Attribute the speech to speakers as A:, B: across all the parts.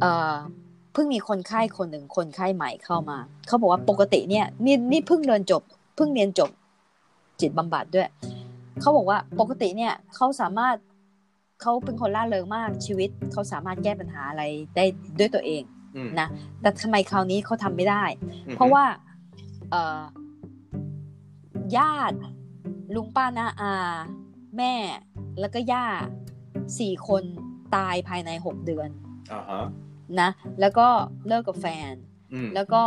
A: เอ่อเพิ่งมีคนไข้คนหนึ่งคนไข้ใหม่เข้ามา เขาบอกว่าปกติเนี่ยนี่นี่เพิ่งเรียนจบ เพิ่งเรียนจบจิตบำบัดด้วย เขาบอกว่าปกติเนี่ยเขาสามารถเขาเป็นคนล่าเริงมากชีวิตเขาสามารถแก้ปัญหาอะไรได้ด้วยตัวเอง
B: อืม
A: นะ แต่ทำไมคราวนี้เขาทำไม่ได้
B: อืม
A: เพราะว่าเอ่อญาติลุงป้าน้าอา แม่แล้วก็ย่าสี่คนตายภายในหกเดือน
B: อ่าฮะ
A: นะ แล้วก็เลิกกับแฟน
B: อืม
A: แล้วก็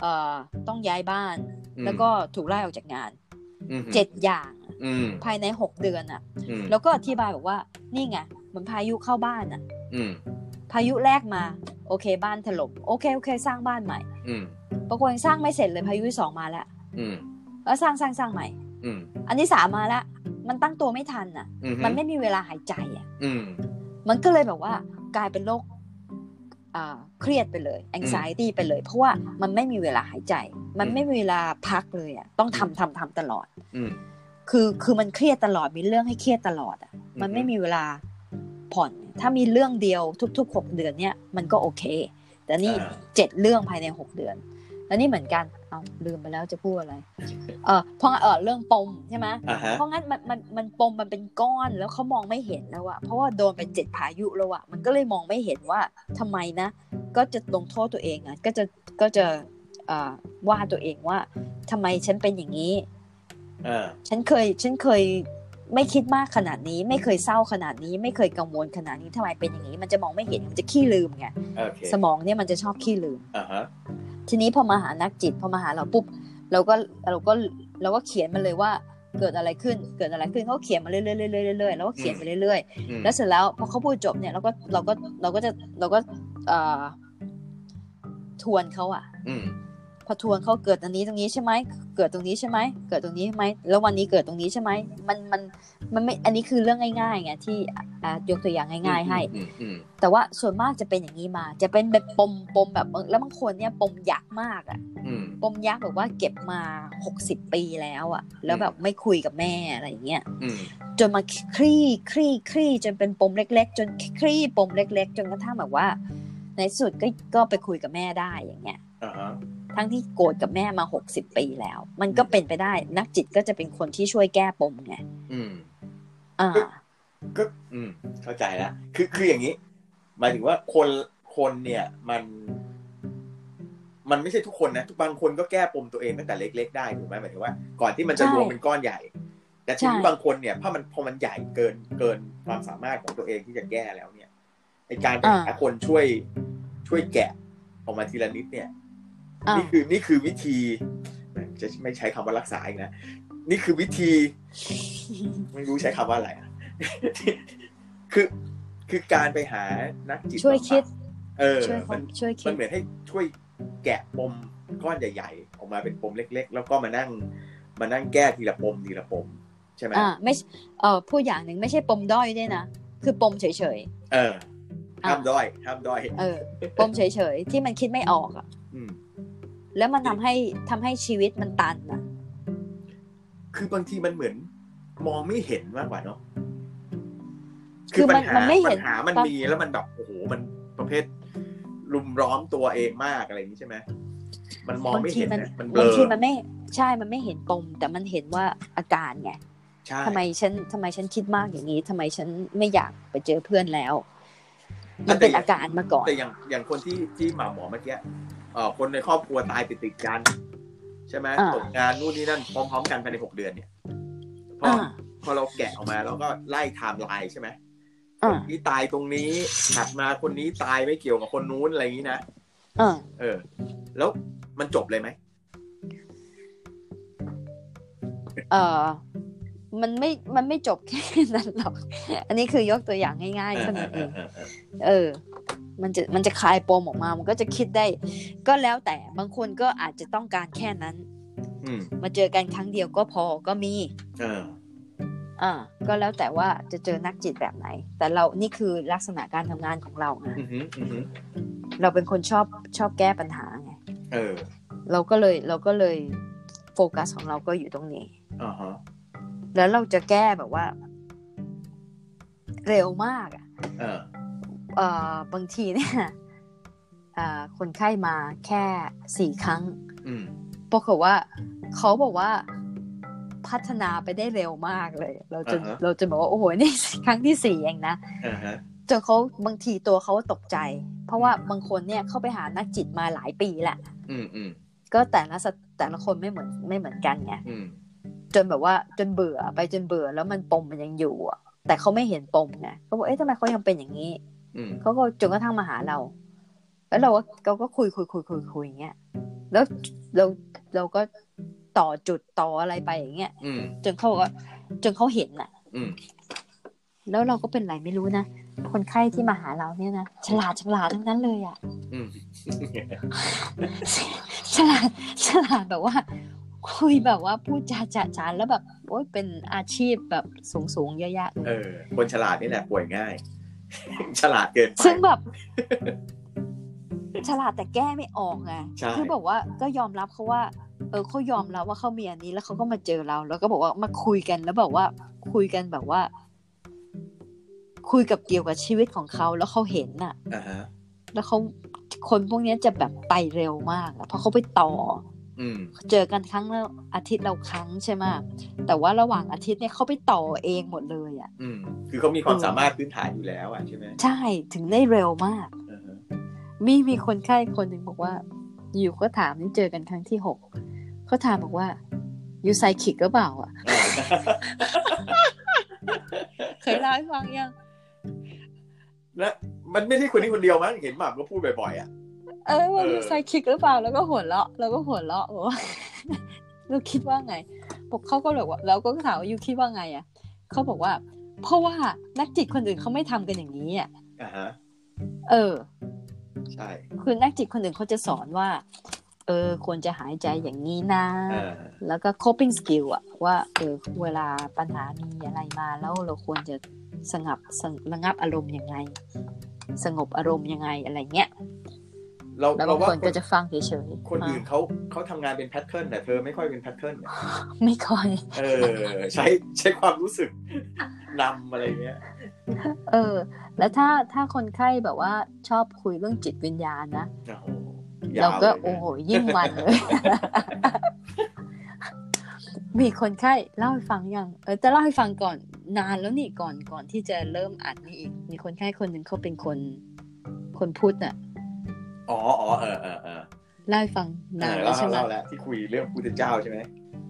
A: เอ่อต้องย้ายบ้าน
B: อืม
A: แล้วก็ถูกไล่ออกจากงาน
B: อืม
A: เจ็ดอย่าง
B: อืม
A: ภายในหกเดือนอะ่ะ
B: อืม
A: แล้วก็อธิบายบอกว่านี่ไงเหมือนพายุเข้าบ้านอ่ะ
B: อืม
A: พายุแรกมาโอเคบ้านถล่มโอเคโอเค สร้างบ้านใหม่
B: อืม
A: ปรากฏยังสร้างไม่เสร็จเลยพายุที่สองมาแล้ว
B: อืม
A: แล้วสร้างสร้างสร้างใหม่
B: อืม
A: อันที่สามมาแล้วมันตั้งตัวไม่ทันอ่ะ
B: อื
A: มันไม่มีเวลาหายใจอ่ะ
B: อืม
A: มันก็เลยแบบว่ากลายเป็นโรคอ่าเครียดไปเลย anxiety ไปเลย เพราะว่ามันไม่มีเวลาหายใจ มัน
B: อืม
A: ไม่มีเวลาพักเลยอ่ะ ต้องทำทำทำตลอด
B: อืม
A: คือคือมันเครียดตลอดมีเรื่องให้เครียดตลอดอ่ะ มันไม่มีเวลาผ่อน ถ้ามีเรื่องเดียวทุกๆหกเดือนเนี่ยมันก็โอเค แต่นี่
B: อ่า
A: เจ็ดเรื่องภายในหกเดือน แล้วนี่เหมือนกันเอาลืมไปแล้วจะพูดอะไร เออเพราะเออเรื่องปมใช่ไหม
B: อ่าฮะ
A: เพราะงั้นมันมันมันปมมันเป็นก้อนแล้วเขามองไม่เห็นแล้วอะเพราะว่าโดนไปเจ็ดพายุแล้วอะมันก็เลยมองไม่เห็นว่าทำไมนะ ก็จะลงโทษตัวเองอะก็จะก็จะเอ่อว่าตัวเองว่าทำไมฉันเป็นอย่างนี้
B: อ่า
A: ฉันเคยฉันเคยไม่คิดมากขนาดนี้ ไม่เคยเศร้าขนาดนี้ ไม่เคยกังวลขนาดนี้ทำไมเป็นอย่างนี้ มันจะมองไม่เห็นมันจะขี้ลืมไง
B: โอเค
A: สมองเนี่ยมันจะชอบขี้ลืม
B: อ่าฮะ
A: ทีนี้พอมาหานักจิตพอมาหาเราปุ๊บเราก็เราก็เราก็เขียนมันเลยว่าเกิดอะไรขึ้นเกิดอะไรขึ้นเขาเขียนมาเรื่อยๆเรื่อยๆเรื่อยๆแล้วก็เขียนไปเรื่อย
B: อืม
A: ๆแล้วเสร็จแล้วพอเขาพูดจบเนี่ยเราก็เราก็เราก็จะเราก็เอ่อทวนเขาอะ
B: อืม
A: พอทวงเขาเกิดตรงนี้ตรงนี้ใช่ไหม เกิดตรงนี้ใช่ไหม เกิดตรงนี้ใช่ไหม แล้ววันนี้เกิดตรงนี้ใช่ไหม มันมันมันไม่ อันนี้คือเรื่องง่ายๆไงที่อ่ายกตัวอย่างง่ายๆให้
B: อืมอืม
A: แต่ว่าส่วนมากจะเป็นอย่างนี้มา จะเป็นแบบปมปมแบบบางแล้วบางคนเนี่ยปมยักษ์มากอะ
B: อืม
A: ปมยักษ์แบบว่าเก็บมา 60 ปีแล้วอะแล้วแบบไม่คุยกับแม่อะไรอย่างเงี้ย
B: อืม
A: จนมาคลี่คลี่คลี่จนเป็นปมเล็ก ๆ จนคลี่ปมเล็ก ๆ จนกระทั่งแบบว่า ในที่สุดก็ก็ไปคุยกับแม่ได้อย่างเงี้ย
B: อ่าฮะ
A: ทั้งที่โกรธกับแม่มา 60 ปีแล้ว มันก็เป็นไปได้ นักจิตก็จะเป็นคนที่ช่วยแก้ปมไง
B: อืม
A: อ่า
B: ก็อืมเข้าใจแล้วคือคืออย่างนี้หมายถึงว่าคนคนเนี่ยมัน มันไม่ใช่ทุกคนนะทุกบางคนก็แก้ปมตัวเองตั้งแต่เล็ก ๆ ได้ถูกไหมหมายถึงว่า ก่อนที่มันจะ
A: ใช่
B: รวมเป็นก้อนใหญ่ แต่ทีนี้
A: ใช่
B: บางคนเนี่ยถ้ามันพอมันใหญ่เกินเกินความสามารถของตัวเองที่จะแก้แล้วเนี่ยไอการไปหาคนช่วยช่วยแกะออกมาทีละนิดเนี่ย
A: อ่า
B: นี่คือนี่คือวิธีจะไม่ใช้คำว่ารักษาอีกนะ นี่คือวิ ธี ไม่รู้ใช้คำว่าอะไรอะ คือคือการไปหานักจิต
A: ช่วยคิด
B: บำบัเออ
A: ช่วยค
B: มัน น
A: ช่วยคิด
B: มันเหมือนให้ช่วยแกะปมก้อนใหญ่ๆ ออกมาเป็นปมเล็ก ๆ แล้วก็มานั่งมานั่งแก้ทีละปมทีละปม ใช่ไหม
A: อ่า ไม่ใช่เออพูดอย่างหนึ่งไม่ใช่ปมด้อยด้วยนะ คือปมเฉย
B: เออ
A: อ่ะ
B: ห้ามด้อยห้ามด้อย
A: ๆ เออ ปมเฉยๆ ที่มันคิดไม่ออกอะ
B: อืม
A: แล้วมันทำให้ทำให้ชีวิตมันตันอ่ะ
B: คือบางทีมันเหมือนมองไม่เห็นมากกว่าเนาะ
A: คือมัน
B: ปัญ
A: มันไม่เห็น
B: ปัญหามัน
A: ปัญ
B: มีแล้วมันแบบโอ้โหมันประเภท ลุมร้อมตัวเองมากอะไรอย่างนี้ใช่ไหมมันมอง
A: บาง
B: ไม่
A: ที
B: เห็น
A: มัน
B: นะมันเบล
A: บางที
B: อ
A: มันไม่ใช่มันไม่เห็นปม แต่มันเห็นว่าอาการไง
B: ใช่
A: ทำไมฉันทำไมฉันคิดมากอย่างนี้ทำไมฉันไม่อยากไปเจอเพื่อนแล้ว มันเป็นอาการมาก่อน
B: แต่อย่างอย่างคนที่ที่หมาหมอเมื่อกี้เอ่อคนในครอบครัวตายติดติดๆกัน ใช่ไหม
A: อ่า
B: ตกงานนู่นนี่นั่นพร้อม ๆ กันภายในหกเดือนเนี่ยพออ
A: อ่า
B: พอเราแกะออกมาแล้วก็ไล่ไทม์ไลน์ใช่ไหม
A: อ่า
B: คนนี้ตายตรงนี้ถัดมาคนนี้ตายไม่เกี่ยวกับคนนู้นอะไรอย่างนี้นะ
A: อ่า
B: เออ แล้วมันจบเลยไหม
A: เออมันไม่ มันไม่จบแค่นั้นหรอก อันนี้คือยกตัวอย่างง่ายๆเท่านั้นเอง เออ มันจะ มันจะคลายปมออกมา มันก็จะคิดได้ ก็แล้วแต่ บางคนก็อาจจะต้องการแค่นั้น
B: อืม
A: มาเจอกันครั้งเดียวก็พอ ก็มี
B: เออ
A: อ่า ก็แล้วแต่ว่าจะเจอนักจิตแบบไหน แต่เรา นี่คือลักษณะการทำงานของเราไง
B: อือหืออือหือ
A: เราเป็นคนชอบ ชอบแก้ปัญหาไง
B: เออ
A: เราก็เลย เราก็เลย โฟกัสของเราก็อยู่ตรงนี้
B: อ่าฮะ
A: แล้วเราจะแก้แบบว่า เร็วมากอะ
B: เออ
A: เอ่อบางทีเนี่ย อ่าคนไข้มาแค่สี่ครั้ง
B: อืม
A: ปรากฏว่าเขาบอกว่าพัฒนาไปได้เร็วมากเลย เราจะ
B: อ่าฮะ
A: เราจะบอกว่าโอ้โหนี่ ครั้งที่สี่เองนะ
B: อ่าฮะ
A: จนเขาบางทีตัวเขาตกใจ เพราะว่าบางคนเนี่ยเข้าไปหานักจิตมาหลายปีแหละ
B: อืมอืม
A: ก็แต่ละสไตแต่ละคนไม่เหมือนไม่เหมือนกันไง
B: อืม
A: จนแบบว่าจนเบื่อไปจนเบื่อแล้วมันปมมันยังอยู่อะแต่เขาไม่เห็นปมไงเขาบอกเอ๊ะทำไมเขายังเป็นอย่างนี้
B: อืม
A: เขาก็จนกระทั่งมาหาเรา แล้วเราก็เราก็คุยคุยคุยคุยคุยอย่างเงี้ย แล้วเราเราก็ต่อจุดต่ออะไรไปอย่างเงี้ย
B: อืม
A: จนเขาบอกว่าจนเขาเห็นน่ะ
B: อืม
A: แล้วเราก็เป็นไรไม่รู้นะ คนไข้ที่มาหาเราเนี่ยนะฉลาดฉลาดทั้งนั้นเลยอ่ะ
B: อืม
A: ฉลาดฉลาดแบบว่า คุยแบบว่าพูดจาจะจานแล้วแบบโอ้ยเป็นอาชีพแบบสูงสูงๆเยอะแยะเล
B: เอย อ คนฉลาดนี่แหละป่วยง่าย ฉลาดเกินไป
A: ซึ่ง แบบ ฉลาดแต่แก้ไม่ออกไง
B: ใช่
A: คือบอกว่าก็ยอมรับเขาว่า เออเขายอมรับว่าเขามีอันนี้แล้วเขาก็มาเจอเรา แล้วก็บอกว่ามาคุยกันแล้วบอกว่า คุยกันแบบว่า คุยกับเกี่ยวกับชีวิตของเขาแล้วเขาเห็นน่ะ
B: อ่าฮะ
A: แล้วเขาคนพวกเนี้ยจะแบบไปเร็วมากอะเพราะเขาไปต่อ
B: อืม
A: เจอกันครั้งละอาทิตย์เราครั้งใช่ไหมแต่ว่าระหว่างอาทิตย์เนี่ยเขาไปต่อเองหมดเลยอ่ะ
B: อืม คือเขามีความสามารถพื้นฐานอยู่แล้วอ่ะใช่ไหม
A: ใช่ถึงได้เร็วมาก
B: อ่าฮะ
A: มีมีคนไข้คนหนึ่งบอกว่า อยู่ก็ถามนี่เจอกันครั้งที่หกเขาถามบอกว่าอยู่ไซคิกก็เปล่าอ่ะ
B: อ่า
A: เคยเล่าให้ฟังยัง
B: และมันไม่ใช่คนนี้คนเดียวมั้งเห็นหม่ำก็พูดบ่อยๆอ่ะ
A: เออว่าอยู่ไซคิกหรือเปล่าแล้วก็หัวเราะแล้วก็หัวเราะบอกว่า ลูกคิดว่าไงบอกเขาก็เลยว่าแล้วก็ถามว่ายูคิดว่าไงอ่ะเขาบอกว่า เพราะว่านักจิตคนอื่นเขาไม่ทำกันอย่างนี้อ่ะ
B: อ่าฮะ
A: เออ
B: ใช่
A: คือนักจิตคนหนึ่งเขาจะสอนว่า เออควรจะหายใจอย่างนี้นะ
B: อ่า
A: แล้วก็ coping skill อะว่า เออ เวลาปัญหามีอะไรมาแล้วเราควรจะสงบสงระงับอารมณ์ยังไง สงบอารมณ์ยังไงอะไรเงี้ย
B: เรา
A: แล้ว
B: เรา
A: บาง
B: ว่า
A: คน
B: ค
A: ก็
B: น
A: จะฟังเฉย
B: คน
A: ๆ
B: อื่น
A: อ่ะ
B: เขาเขาทำงานเป็นแพทเทิร์นแต่เธอไม่ค่อยเป็นแพทเทิร์นเนี่ย
A: ไม่ค่อย
B: เออ ใช้ใช้ความรู้สึกนำอะไรเงี้ย
A: เออ แล้วถ้าถ้าคนไข้แบบว่าชอบคุยเรื่องจิตวิญญาณนะ
B: โอ้โห
A: เราก็
B: ยาวลยนะ
A: โอ้โหยิ่งมันเลย มีคนไข้เล่าให้ฟังยังเออจะเล่าให้ฟังก่อนนานแล้วนี่ก่อนก่อนที่จะเริ่มอัดนี่อีก มีคนไข้คนหนึ่งเขาเป็นคน คนพุทธน่ะ
B: อ๋ออ๋อเออเออเออ
A: เล่าให้ฟัง
B: เอน
A: าน
B: อ
A: แล้
B: เล่าว
A: ใช่ไหม
B: เล่าแล้วที่คุยเรื่องพุทธเจ้าใช่ไหม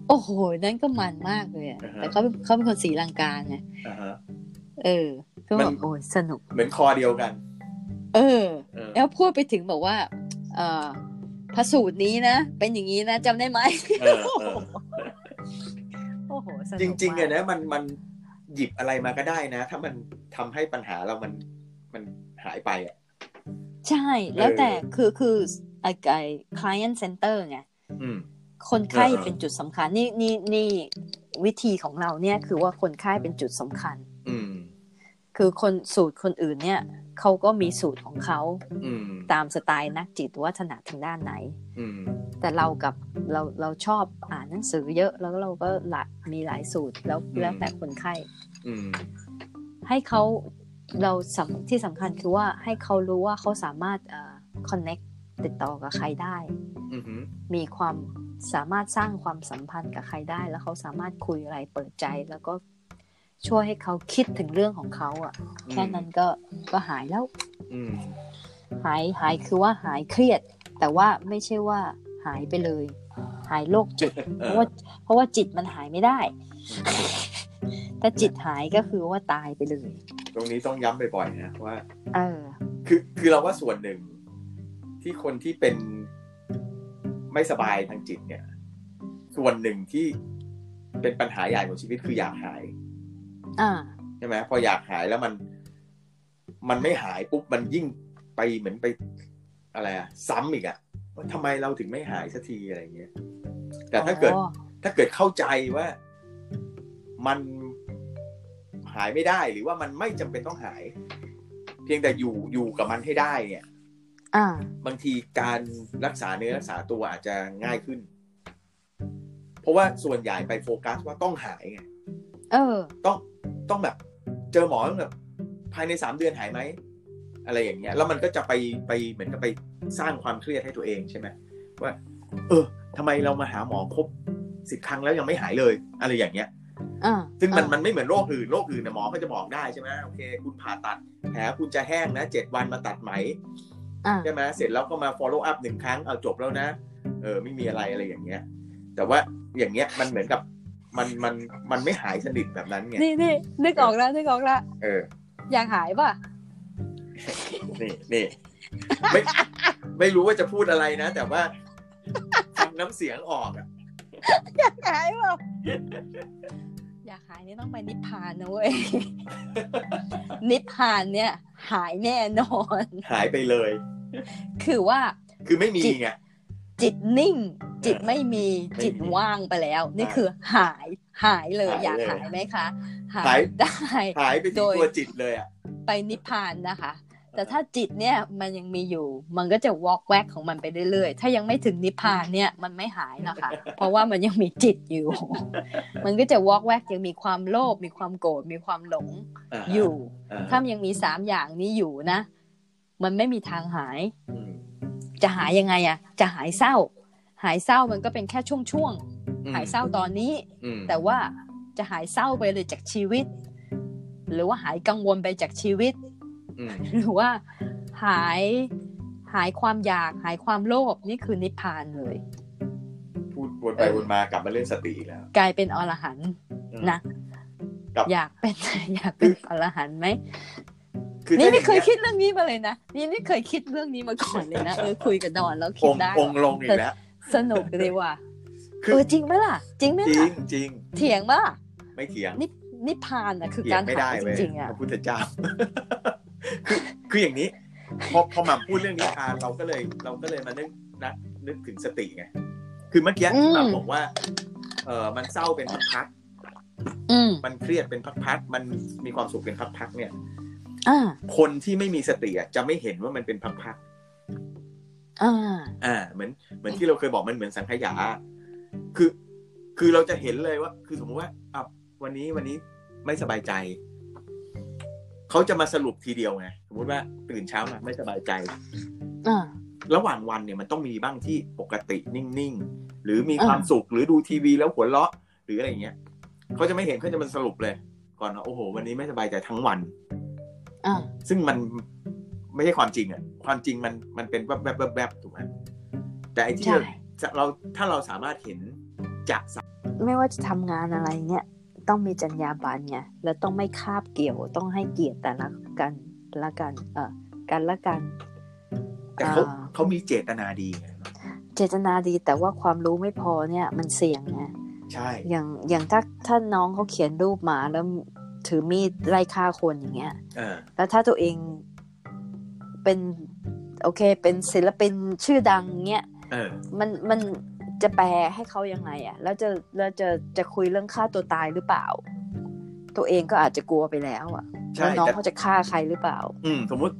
A: โอ้โห นั่นก็มันมากเลยอะ
B: อ่าฮะ
A: แต่เขาเป็นเขาเป็นคนศรีลังกาไง
B: อ่าฮะ
A: เออ ก็
B: มั
A: แบบ
B: น
A: โอ้ยสนุก
B: เหมือนคอเดียวกัน
A: เออ
B: เออ
A: แล้วพูดไปถึงบอกว่า เออพระสูตรนี้นะเป็นอย่างนี้นะจำได้ไหม
B: เออเออ
A: โอ้โหสนุก
B: จริงๆ
A: มาก
B: เนี่ยนะมันมันหยิบอะไรมาก็ได้นะ ถ้ามันทำให้ปัญหาเรามันมันหายไปอ่ะ
A: ใช่แล้ว
B: เออ
A: แต่คือคือไอไอ client center ไง
B: อืม
A: คนไข้
B: เออ
A: เป็นจุดสำคัญนี่นี่นี่วิธีของเราเนี่ยคือว่าคนไข้เป็นจุดสำคัญ
B: อืม
A: คือคนสูตรคนอื่นเนี่ยเขาก็มีสูตรของเขา
B: อืม
A: ตามสไตล์นักจิตว่าถนัดทางด้านไหน
B: อืม
A: แต่เรากับเราเราชอบอ่านหนังสือเยอะแล้วเราก็หลักมีหลายสูตรแล้ว
B: อืม
A: แล้วแต่คนไข้
B: อืม
A: ให้เขาเราสำที่สำคัญคือว่าให้เขารู้ว่าเขาสามารถเอ่อ connect ติดต่อกับใครได้
B: อืมอืม
A: มีความสามารถสร้างความสัมพันธ์กับใครได้ แล้วเขาสามารถคุยอะไรเปิดใจ แล้วก็ช่วยให้เขาคิดถึงเรื่องของเขาอะ่ะแค่นั้นก็ก็หายแล้ว
B: อืม
A: หายหายคือว่าหายเครียด แต่ว่าไม่ใช่ว่าหายไปเลย หายโรคจิต
B: เอ
A: เพ
B: อ
A: ราะว่าเพราะว่าจิตมันหายไม่ได้ ถ้าจิตหายก็คือว่าตายไปเลย
B: ตรงนี้ต้องย้ำบ่อยๆนะว่า
A: เออ
B: คือคือเราว่าส่วนหนึ่งที่คนที่เป็นไม่สบายทางจิตเนี่ย ส่วนหนึ่งที่เป็นปัญหาใหญ่ของชีวิตคืออยากหาย
A: อ่า
B: ใช่ไหมพออยากหายแล้วมัน มันไม่หายปุ๊บมันยิ่งไปเหมือนไปอะไรอะซ้ำอีกอะว่าทำไมเราถึงไม่หายสักทีอะไรอย่างเงี้ยแต่ถ้าเกิด
A: อ๋อ
B: ถ้าเกิดเข้าใจว่ามันหายไม่ได้หรือว่ามันไม่จำเป็นต้องหาย เพียงแต่อยู่อยู่กับมันให้ได้เนี่ย
A: อ่า
B: บางทีการรักษาเนื้อรักษาตัวอาจจะง่ายขึ้น เพราะว่าส่วนใหญ่ไปโฟกัสว่าต้องหายไง
A: เออ
B: ต้องต้องแบบ เจอหมอต้องแบบภายในสามเดือนหายไหมอะไรอย่างเงี้ย แล้วมันก็จะไปไปเหมือนกับไป สร้างความเครียดให้ตัวเองใช่ไหมว่า เออทำไมเรามาหาหมอครบสิบครั้งแล้วยังไม่หายเลย อะไรอย่างเงี้ย
A: อ่า
B: ซึ่งมัน
A: อ่า
B: มันไม่เหมือนโรคอื่นโรคอื่นนะหมอก็จะบอกได้ใช่ไหมโอเค คุณผ่าตัดแผลคุณจะแห้งนะเจ็ดวันมาตัดไหม
A: อ่า
B: ใช่ไหมเสร็จแล้วก็มา follow up หนึ่งครั้งเอาจบแล้วนะ เออไม่มีอะไรอะไรอย่างเงี้ย แต่ว่าอย่างเงี้ยมันเหมือนกับมันมันมันไม่หายสนิทแบบนั้นไง
A: นี่นี่นึกออกแล้วนึกออกแล้ว
B: เออ
A: อยากหายป่ะ
B: นี่นี่ไม่ ไม่รู้ว่าจะพูดอะไรนะ แต่ว่าฟังน้ำเสียงออกอะ
A: หายเปล่า อยากหายนี่ต้องไปนิพพานนะเว้ย นิพพานเนี่ย หายแน่นอน
B: หายไปเลย
A: คือว่า
B: คือไม่มีไง
A: จิตนิ่ง จิตไม่มี
B: ไม่มี
A: จิตว่างไปแล้ว นี่คือหายหายเลย
B: หายเลย
A: อยากหายไหมคะ หา
B: หาย
A: ยได้
B: หายไปที่
A: โดย
B: ตัวจิตเลยอ่ะ
A: ไปนิพพานนะคะ แต่ถ้าจิตเนี่ยมันยังมีอยู่ มันก็จะวอกแวกของมันไปเรื่อยๆ ถ้ายังไม่ถึงนิพพานเนี่ยมันไม่หายนะคะ เพราะว่ามันยังมีจิตอยู่ มันก็จะวอกแวกยังมีความโลภมีความโกรธมีความหลงอยู่
B: อา
A: ถ้ามันยังมีสามอย่างนี้อยู่นะ มันไม่มีทางหาย
B: อืม
A: จะหายยังไงอะจะหายเศร้า หายเศร้ามันก็เป็นแค่ช่วงๆหายเศร้าตอนนี้
B: อืม
A: แต่ว่าจะหายเศร้าไปเลยจากชีวิต หรือว่าหายกังวลไปจากชีวิต
B: อืม
A: หรือว่าหายหายความอยากหายความโลภนี่คือนิพพานเลย
B: พูดวนไปวนมากลับมาเรื่องสติอีกแล้ว
A: กลายเป็นอรหันต์
B: อืม
A: นะ
B: ครับ
A: อยากเป็น อยากเป็นอรหันต์ไหมนี่
B: ถ้า
A: ไม่เคย
B: อางงี้
A: คิดเรื่องนี้มาเลยนะนี่ไม่เคยคิดเรื่องนี้มาก่อนเลยนะเออคุยกับดอนแล้วคิ
B: อ
A: ด
B: งค์
A: ได้
B: องค์ลงอีกแล้ว
A: สนุกเลยว่ะ
B: คือ
A: เออจริงไหมล่ะ จริงไหม
B: จริ
A: ล่ะ
B: งจริง
A: เถียงปะล่ะ
B: ไม่เถียง
A: นิพนิพพานอ่ะคือ
B: เถีย
A: กาง ร
B: ไม่
A: หา
B: ได้
A: ยจ
B: เว้ย
A: ริงๆอ่ะ
B: พระพุทธเจ้า คือคืออย่างนี้ พอพอหมาพูดเรื่องนิพพานเราก็เลย เราก็เลยมานึกนะนึกถึงสติไงคือเมื่อกี้หมาบอกว่า เออมันเศร้าเป็นพัก
A: อืม
B: ๆมันเครียดเป็นพักๆมันมีความสุขเป็นพักๆเนี่ย
A: อ่า
B: คนที่ไม่มีสติอะจะไม่เห็นว่ามันเป็นพักๆ
A: อ่า
B: อ่าเหมือนเหมือนที่เราเคยบอกมันเหมือนสังขยา คือ คือเราจะเห็นเลยว่า คือสมมติว่าอ่ะวันนี้วันนี้ไม่สบายใจ เขาจะมาสรุปทีเดียวไงสมมติว่าตื่นเช้ามาไม่สบายใจ
A: อ่า
B: ระหว่างวันเนี่ยมันต้องมีบ้างที่ปกตินิ่งๆ หรือมีความสุขหรือดูทีวีแล้วหัวเราะหรืออะไรอย่างเงี้ยเขาจะไม่เห็นเขาจะมันสรุปเลย ก่อนว่าโอ้โห วันนี้ไม่สบายใจทั้งวัน
A: อ่า
B: ซึ่งมันไม่ใช่ความจริงอะความจริงมันมันเป็นแวบแวบแวบแวบถูกไหมแต่ไอ้ที่
A: ใช่
B: เรา จะเราถ้าเราสามารถเห็นจากสัตว์
A: ไม่ว่าจะทำงานอะไรเนี่ยต้องมีจรรยาบรรณไงแล้วต้องไม่คาบเกี่ยวต้องให้เกียรติแต่ละกันละกันเออกันละกัน
B: แต่เขา
A: อ่า
B: เขามีเจตนาดีไง
A: เจตนาดีแต่ว่าความรู้ไม่พอเนี่ยมันเสี่ยงไง
B: ใช่
A: อย่างอย่างถ้าถ้าน้องเขาเขียนรูปหมาแล้วถือมีดไล่ฆ่าคนอย่างเงี้ย
B: เออ
A: แล้วถ้าตัวเองเป็นโอเค เป็นศิลปินชื่อดังเงี้ย
B: เออ
A: มันมันจะแปลให้เขายังไงอะแล้วจะแล้วจะจะคุยเรื่องฆ่าตัวตายหรือเปล่า ตัวเองก็อาจจะกลัวไปแล้วอะ
B: ใช่
A: แล้วน้อง
B: แต่
A: เขาจะฆ่าใครหรือเปล่า
B: อืมสมมุติ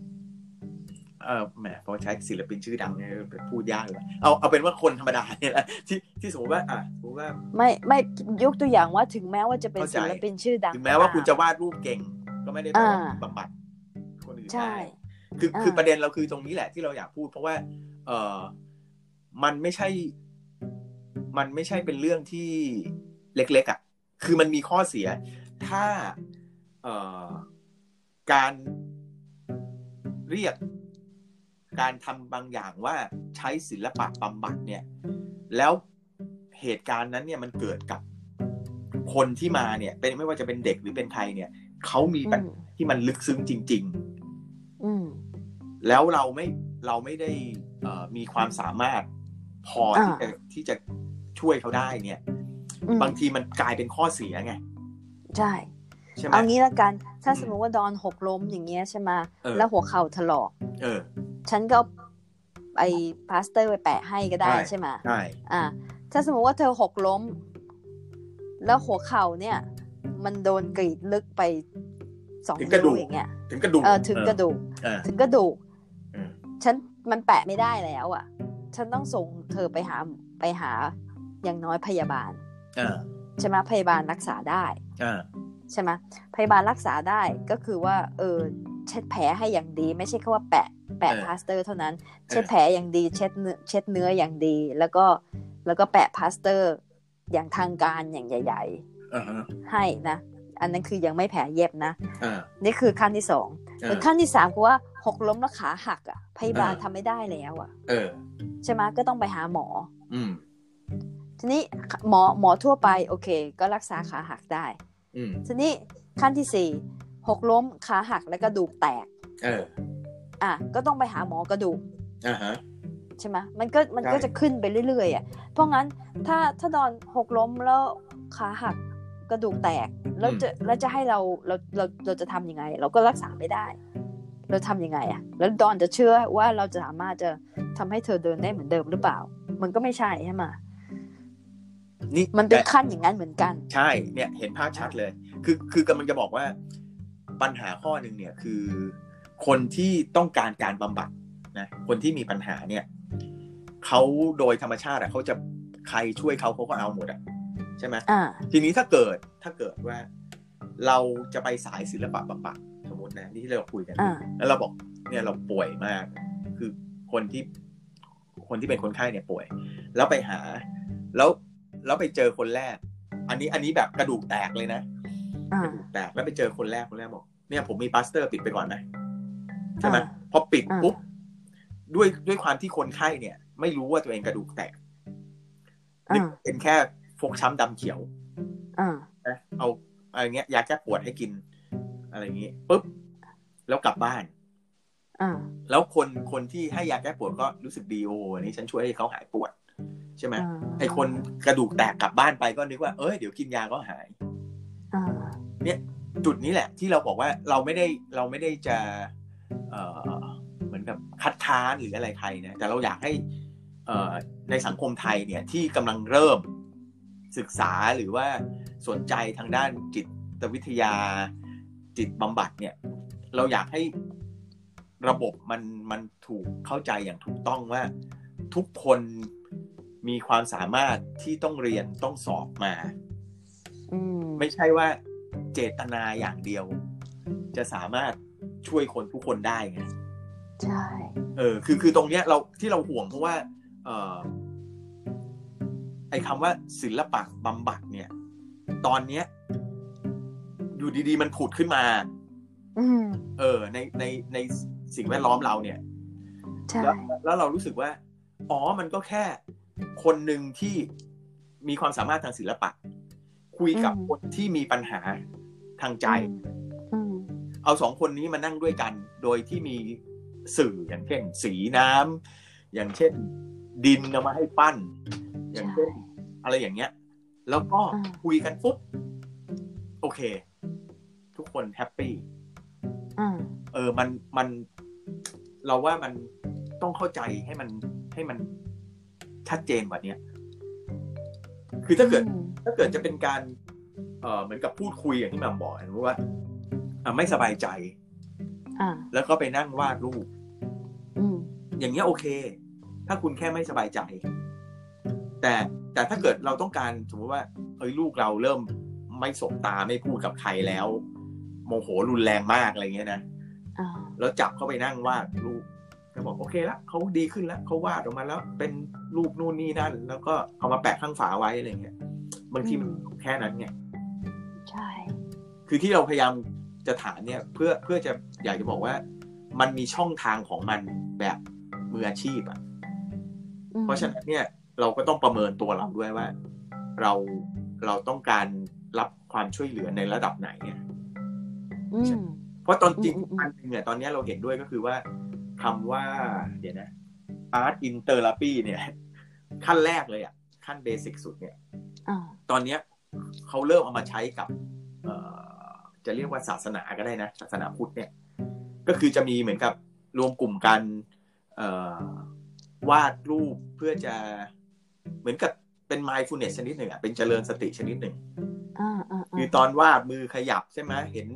B: เออแหมพอใช้ศิลปินชื่อดังเนี่ยพูดยากเลยเอาเอาเป็นว่าคนธรรมดาเนี่ยแหละ ที่ที่สมมติว่าอ่ะสมมติว่า
A: ไม่ไม่ยกตัวอย่างว่าถึงแม้ว่าจะเป็น
B: เข้าใจ
A: ศิลปินชื่อดัง
B: ถึงแม้ว่าคุณจะวาดรูปเก่ง ก็ไม่ได้แปลว่า
A: อ่า
B: บำบัดคนอื่น
A: ใช่
B: ได้ คือ
A: อ่า
B: คือประเด็นเราคือตรงนี้แหละที่เราอยากพูด เพราะว่า เออมันไม่ใช่ มันไม่ใช่เป็นเรื่องที่เล็ก ๆ อ่ะ คือมันมีข้อเสีย ถ้าเออการเรียกการทำบางอย่างว่าใช้ศิลปะบำบัดเนี่ย แล้วเหตุการณ์นั้นเนี่ยมันเกิดกับคนที่มาเนี่ย เป็นไม่ว่าจะเป็นเด็กหรือเป็นใครเนี่ยเขามีปัญ
A: อืม
B: หาที่มันลึกซึ้งจริง ๆ
A: อืม
B: แล้วเราไม่เราไม่ได้เอ่อมีความสามารถพอ
A: อ่า
B: ที่จะที่จะช่วยเขาได้เนี่ย
A: อืม
B: บางทีมันกลายเป็นข้อเสียไง
A: ใช่
B: ใช่ไหม
A: เอางี้ละกัน ถ้า
B: อืม
A: สมมติว่าดอนหกล้มอย่างเงี้ยใช่ไหม
B: เออ
A: แล้วหัวเข่าถลอก
B: เออ
A: ฉันก็เอาไอ้พลาสเตอร์ไปแปะให้ก็ได้
B: ใช่
A: ใช่ไหม
B: ใช่
A: อ่ะถ้าสมมติว่าเธอหกล้ม แล้วหัวเข่าเนี่ย มันโดนกรีดลึกไปสองนิ้วอย่างเงี้ย
B: ถึงกระดูก
A: เออถึงกระดูก
B: เออ
A: ถึงกระดูก
B: เออ
A: ฉันมันแปะไม่ได้แล้วอ่ะ ฉันต้องส่งเธอไปหาไปหาอย่างน้อยพยาบาล
B: เออ
A: ใช่ไหมพยาบาลรักษาได้
B: เออ
A: ใช่ไหมพยาบาลรักษาได้ก็คือว่า เออ เช็ดแผลให้อย่างดี ไม่ใช่แค่ว่าแปะแปะ
B: เออ
A: พลาสเตอร์เท่านั้น เช็ดแผลอย่างดี เช็ดเนื้อเช็ดเนื้ออย่างดี แล้วก็แล้วก็แปะพลาสเตอร์อย่างทางการอย่างใหญ่
B: อ่าฮะ
A: ๆ ให้นะ อันนั้นคือยังไม่แผลเย็บนะ
B: อ่า
A: นี่คือขั้นที่สอง
B: อ่า
A: ส่วนขั้นที่สามคือว่าหกล้มแล้วขาหักอ่ะพยาบาล
B: อ่า
A: ทำไม่ได้แล้วอ่ะ
B: เออ
A: ใช่ไหมก็ต้องไปหาหมอ
B: อืม
A: ทีนี้หมอหมอทั่วไปโอเค ก็รักษาขาหักได้
B: อืม
A: ทีนี้ขั้นที่สี่หกล้มขาหักและกระดูกแตก
B: เออ
A: อ่ะก็ต้องไปหาหมอกระดูก
B: อ่าฮะ
A: ใช่ไหมมันก็มันก็
B: ใช่
A: จะขึ้นไปเรื่อยๆอ่ะเพราะงั้นถ้าถ้าดอนหกล้มแล้วขาหักกระดูกแตกแล้วจะแล้วจะให้เราเราเราเราจะทำยังไง เราก็รักษาไม่ได้ เราทำยังไงอ่ะ แล้วดอนจะเชื่อว่าเราจะสามารถจะทำให้เธอเดินได้เหมือนเดิมหรือเปล่า มันก็ไม่ใช่ใช่ไหม
B: นี่
A: มันเป็น
B: แต่
A: ขั้นอย่างนั้นเหมือนกัน
B: ใช่ เนี่ย เห็นภาพชัดเลย คือ คือกำลังจะบอกว่า ปัญหาข้อหนึ่งเนี่ย คือ คนที่ต้องการการบำบัดนะ คนที่มีปัญหาเนี่ย เขาโดยธรรมชาติอะเขาจะ ใครช่วยเขาเขาก็เอาหมดอะใช่ไหม
A: อ่า
B: ทีนี้ถ้าเกิดถ้าเกิดว่า เราจะไปสายศิลปะบำบัดสมมตินะที่เราคุยกัน
A: อ่า
B: แล้วเราบอกเนี่ยเราป่วยมาก คือคนที่คนที่เป็นคนไข้เนี่ยป่วย แล้วไปหา แล้วแล้วไปเจอคนแรก อันนี้อันนี้แบบกระดูกแตกเลยนะ
A: อ่า
B: กระดูกแตกแล้วไปเจอคนแรกคนแรกบอก เนี่ยผมมีพลาสเตอร์ปิดไปก่อนนะใช่ไหม
A: อ่า
B: พอปิด
A: อ่า
B: ปุ๊บด้วยด้วยความที่คนไข้เนี่ย ไม่รู้ว่าตัวเองกระดูกแตกนึก
A: อ่า
B: เป็นแค่ฟกช้ำดำเขียว
A: อ่า
B: นะเอาอะไรเงี้ยยาแก้ปวดให้กิน อะไรอย่างงี้ปุ๊บแล้วกลับบ้าน
A: อ่า
B: แล้วคนคนที่ให้ยาแก้ปวดก็รู้สึกดีโออันนี้ฉันช่วยให้เขาหายปวด ใช่ไหม
A: อ่า
B: ไอคนกระดูกแตกกลับบ้านไปก็นึกว่าเอ้ยเดี๋ยวกินยาก็หาย
A: อ่า
B: จุดนี้แหละ ที่เราบอกว่าเราไม่ได้เราไม่ได้จะเอ่อเหมือนกับคัดค้านหรืออะไรใครนะแต่เราอยากให้เอ่อในสังคมไทยเนี่ยที่กำลังเริ่มศึกษาหรือว่าสนใจทางด้านจิตวิทยาจิตบำบัดเนี่ย เราอยากให้ระบบมันมันถูกเข้าใจอย่างถูกต้องว่า ทุกคนมีความสามารถที่ต้องเรียนต้องสอบมา
A: อืม
B: ไม่ใช่ว่าเจตนาอย่างเดียว จะสามารถช่วยคนทุกคนได้ไง
A: ใช่
B: เออ คือ คือตรงเนี้ยเราที่เราห่วงเพราะว่า เออไอคำว่าศิลปะบำบัดเนี่ย ตอนเนี้ย อยู่ดีๆ มันผุดขึ้นมา
A: อืม
B: เออ ใน ใน ในสิ่งแวดล้อมเราเนี่ย
A: ใช่
B: แล้วแล้วเรารู้สึกว่า อ๋อ มันก็แค่คนหนึ่งที่มีความสามารถทางศิลปะ คุยกับคนที่มีปัญหาทางใจ
A: อืม
B: เอาสองคนนี้มานั่งด้วยกัน โดยที่มีสื่ออย่างเช่น สีน้ำอย่างเช่น ดินเอามาให้ปั้น อย่างเช่น อะไรอย่างเงี้ย แล้วก็คุยกันปุ๊บโอเค ทุกคนแฮปปี้
A: อืม
B: เออมันมัน เราว่ามันต้องเข้าใจให้มันให้มันชัดเจนกว่าเนี้ยคือถ้าเกิด
A: อืม
B: ถ้าเกิดจะเป็นการ เอ่อเหมือนกับพูดคุยอย่างที่แหม่มบอกนะว่าอ่ะไม่สบายใจ
A: อ่า
B: แล้วก็ไปนั่งวาดรูป
A: อืม
B: อย่างเงี้ยโอเค ถ้าคุณแค่ไม่สบายใจ แต่แต่ถ้าเกิดเราต้องการสมมติว่าเอ้ยลูกเราเริ่มไม่สบตาไม่พูดกับใครแล้ว โมโหรุนแรงมากอะไรเงี้ยนะ
A: อ่า
B: แล้วจับเข้าไปนั่งวาดรูปก็บอกโอเคละเขาดีขึ้นแล้วเขาวาดออกมาแล้ว เป็นรูปนู่นนี่นั่น แล้วก็เอามาแปะข้างฝาไว้อะไรเงี้ยบางทีมันแค่นั้นไง
A: ใช่
B: คือที่เราพยายามจะถามเนี่ยเพื่อเพื่อจะอยากจะบอกว่า มันมีช่องทางของมันแบบมืออาชีพอะ
A: อืม
B: เพราะฉะนั้นเนี่ยเราก็ต้องประเมินตัวเราด้วยว่า เราเราต้องการรับความช่วยเหลือในระดับไหนเนี่ย
A: อืม
B: เพราะตอนจริง
A: อืมอืม
B: อันหนึงเนี่ยตอนเนี้ยเราเห็นด้วยก็คือว่าคำว่า เดี๋ยวนะ art in therapy เนี่ย ขั้นแรกเลยอะขั้นเบสิกสุดเนี่ย
A: อ่า
B: ตอนเนี้ยเขาเริ่มเอามาใช้กับเอ่อจะเรียกว่าศาสนาก็ได้นะ ศาสนาพุทธเนี่ย ก็คือจะมีเหมือนกับรวมกลุ่มกันเอ่อวาดรูปเพื่อจะเหมือนกับเป็น mindfulness ชนิดหนึ่งอ่ะเป็นเจริญสติชนิดหนึ่ง
A: อ่าอ่าอ่า
B: คือตอนวาดมือขยับใช่ไหมเห็น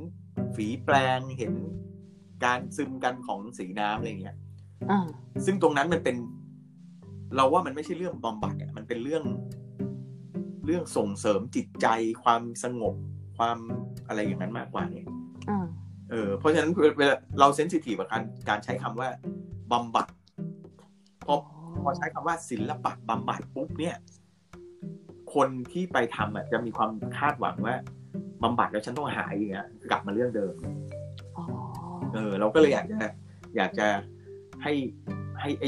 B: ฝีแปลงเห็นการซึมกันของสีน้ำอะไรอย่างเงี้ย
A: อ่า
B: ซึ่งตรงนั้นมันเป็น เราว่ามันไม่ใช่เรื่องบำบัดอะมันเป็นเรื่อง เรื่องส่งเสริมจิตใจ ความสงบ ความอะไรอย่างนั้นมากกว่าเนี่ย
A: อ่า
B: เออ เพราะฉะนั้นเวลาเราเซนซิทีฟกับการการใช้คำว่าบำบัดพอพอใช้คำว่าศิลปะบำบัดปุ๊บเนี่ย คนที่ไปทำอ่ะจะมีความคาดหวังว่าบำบัดแล้วฉันต้องหายอย่างเงี้ยกลับมาเรื่องเดิม
A: อ๋อ
B: เออเราก็เลยอยากจะอยากจะให้ให้ไอ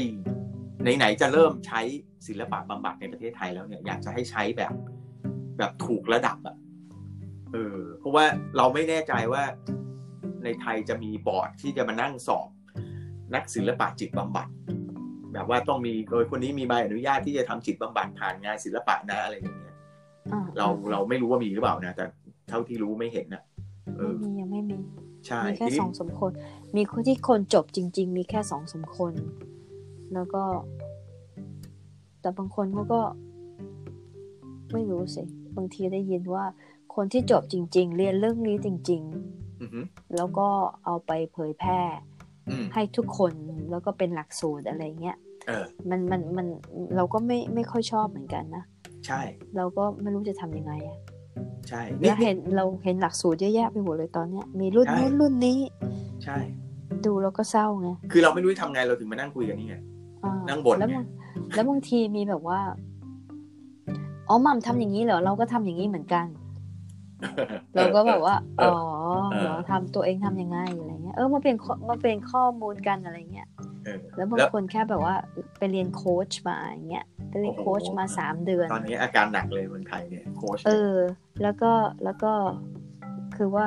B: ไหนๆจะเริ่มใช้ศิลปะบำบัดในประเทศไทยแล้วเนี่ยอยากจะให้ใช้แบบแบบถูกระดับอะเออเพราะว่าเราไม่แน่ใจว่าในไทยจะมีบอร์ดที่จะมานั่งสอบ นักศิลปะจิตบำบัด แบบว่าต้องมีโดยคนนี้มีใบอนุญาตที่จะทำจิตบำบัดผ่านงานศิลปะนะอะไรอย่างเงี้ย
A: อ่ะ
B: เราเราไม่รู้ว่ามีหรือเปล่านะแต่เท่าที่รู้ไม่เห็นนะเอ
A: ไม่
B: อ
A: มียังไม่มี
B: ใช่
A: มีแค่
B: ทีนี้
A: สองสามคน มีคนที่คนจบจริง ๆ มีแค่สองสามคน แล้วก็ แต่บางคนเขาก็ ไม่รู้สิ บางทีได้ยินว่า คนที่จบจริง ๆ เรียนเรื่องนี้จริง
B: อือหือ
A: ๆ แล้วก็เอาไปเผยแพร่
B: อืม
A: ให้ทุกคนแล้วก็เป็นหลักสูตรอะไรเงี้ย
B: เออ
A: มันมันมันเราก็ไม่ไม่ค่อยชอบเหมือนกันนะ
B: ใช่
A: เราก็ไม่รู้จะทำยังไงอะ
B: ใช่
A: แล้
B: นี่
A: วเห็นเราเห็นหลักสูตรเยอะแยะไปหมดเลยตอนเนี้ย มีรุ่น
B: ใช่
A: นู้นรุ่นนี้
B: ใช่
A: ดูแล้วก็เศร้าไง
B: คือเราไม่รู้จะทำไงเราถึงมานั่งคุยกันนี่ไง
A: อ่า
B: นั่งบ่น
A: แล้ว
B: ไง
A: บางแล้วบางทีมีแบบว่า อ๋อหมัมทำอย่างนี้เหรอ เราก็ทำอย่างนี้เหมือนกัน เราก็แบบว่า
B: เอ
A: อ๋
B: อ
A: อเหรอทำตัวเองทำยังไงอะไรเงี้ย เออมาเป็นข้อมาเป็นข้อมูลกันอะไรเงี้ย
B: เออ
A: แล้วบาง
B: แล้ว
A: คนแค่แบบว่าไปเรียนโค้ชมาอย่างเงี้ยไปเรียนโค้ชมา
B: โอ้โห
A: สามเดือน
B: ตอนนี้อาการหนักเลยเมืองไทยเนี่ยโค้ช
A: เอ
B: เนี่ย
A: อ แล้วก็แล้วก็คือว่า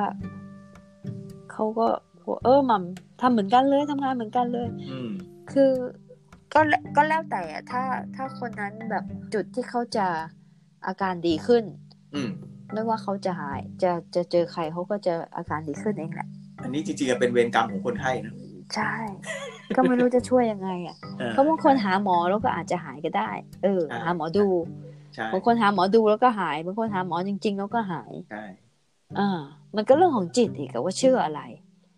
A: เขาก็บอกเออหมัมทำเหมือนกันเลยทำงานเหมือนกันเลย
B: ม
A: คือก็แล้วก็แล้วแต่อะถ้าถ้าคนนั้นแบบจุดที่เขาจะอาการดีขึ้น
B: อืม
A: ไม่ว่าเขาจะหายจะจะเจอใครเขาก็จะอาการดีขึ้นเองแหละ
B: อันนี้จริงๆเป็นเวรกรรมของคนไข้นะ
A: ใช่ ก็ไม่รู้จะช่วยยังไง อ่ะ
B: ออ
A: เพราะบางคนหาหมอแล้วก็อาจจะหายก็ได้ เออ
B: ใช่
A: หาหมอดู
B: ใช่
A: บางคนหาหมอดูแล้วก็หายบางคนหาหมอจริง ๆ แล้วก็หาย
B: ใช่
A: อ่า มันก็เรื่องของจิตอีกอะว่าเชื่ออะไร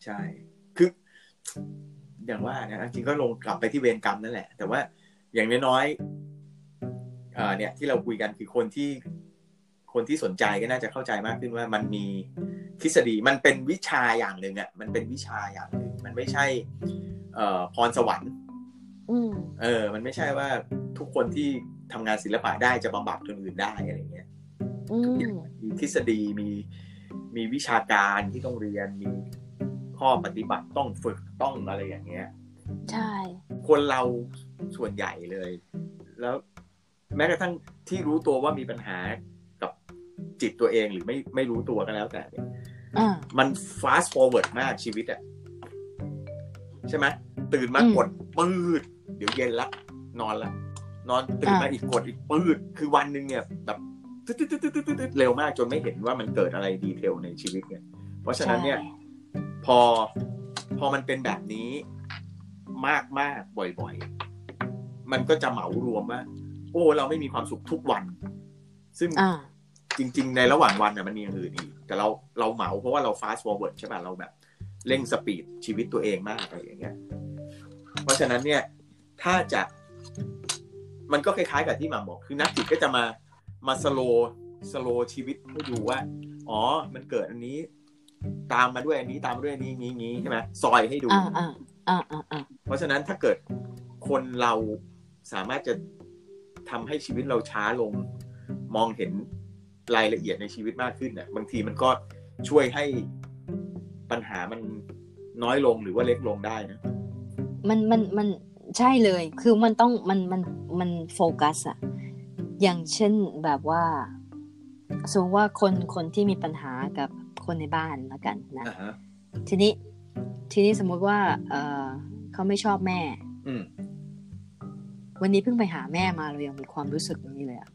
B: ใช่ คือ อย่างว่านะจริงก็ลงกลับไปที่เวรกรรมนั่นแหละ แต่ว่าอย่างน้อยๆเอ่อเนี่ย ที่เราคุยกันคือคนที่ คนที่สนใจก็น่าจะเข้าใจมากขึ้นว่ามันมีทฤษฎีมันเป็นวิชาอย่างหนึ่งอ่ะมันเป็นวิชาอย่างหนึ่งมันไม่ใช่ เอ่อพรสวรรค์
A: อืม
B: เออ มันไม่ใช่ว่าทุกคนที่ทำงานศิลปะได้จะบำบัดคนอื่นได้อะไรเงี้ย
A: อืม
B: มีทฤษฎีมีมีวิชาการที่ต้องเรียน มีข้อปฏิบัติต้องฝึกต้องอะไรอย่างเงี้ย
A: ใช่
B: คนเราส่วนใหญ่เลย แล้วแม้กระทั่งที่รู้ตัวว่ามีปัญหากับจิตตัวเองหรือไม่ไม่รู้ตัวก็แล้วแต่เนี่ย
A: อ่า
B: มัน fast forward มากชีวิตอะใช่ไหมตื่นมา
A: อืม
B: กดปืดเดี๋ยวเย็นละนอนละนอนตื่น
A: อ่าม
B: มาอีกกดอีกปืดคือวันหนึ่งเนี่ยแบบตึ๊ดตึ๊ดตึ๊ดตึ๊ดตึ๊ดเร็วมากจนไม่เห็นว่ามันเกิดอะไรดีเทลในชีวิตเนี่ย เพราะฉะนั้นเนี่ย
A: ใช่
B: พอพอมันเป็นแบบนี้มากมากๆบ่อยๆ มันก็จะเหมารวมว่า โอ้ เราไม่มีความสุขทุกวัน ซึ่ง
A: อ่า
B: จริง ๆ ในระหว่างวันน่ะมันมีอย่างอื่นอีก แต่เราเราเหมาเพราะว่าเรา fast forward ใช่ป่ะเราแบบ เร่งสปีดชีวิตตัวเองมากอะไรอย่างเงี้ย เพราะฉะนั้นเนี่ย ถ้าจะ มันก็คล้ายๆกับที่หมาบอก คือนักจิตก็จะมามาสโลสโลชีวิตให้ดูว่า อ๋อ มันเกิดอันนี้ ตามมาด้วยอันนี้ตามมาด้วยอันนี้นี้นี้ใช่ไหมซอยให้ดู
A: อ่าอ่าอ่าอ่าอ่า
B: เพราะฉะนั้นถ้าเกิดคนเราสามารถจะทำให้ชีวิตเราช้าลง มองเห็นรายละเอียดในชีวิตมากขึ้นน่ะบางทีมันก็ช่วยให้ปัญหามันน้อยลงหรือว่าเล็กลงได้นะ
A: มันมันมันใช่เลย คือมันต้องมันมันมันโฟกัสอะอย่างเช่นแบบว่า สมมติว่าคนคนที่มีปัญหากับคนในบ้านละกันนะ
B: อ่าฮะ
A: ทีนี้ทีนี้สมมุติว่า เออเขาไม่ชอบแม่
B: อืม
A: วันนี้เพิ่งไปหาแม่มาเรายังมีความรู้สึกอย่างนี้เลยอะ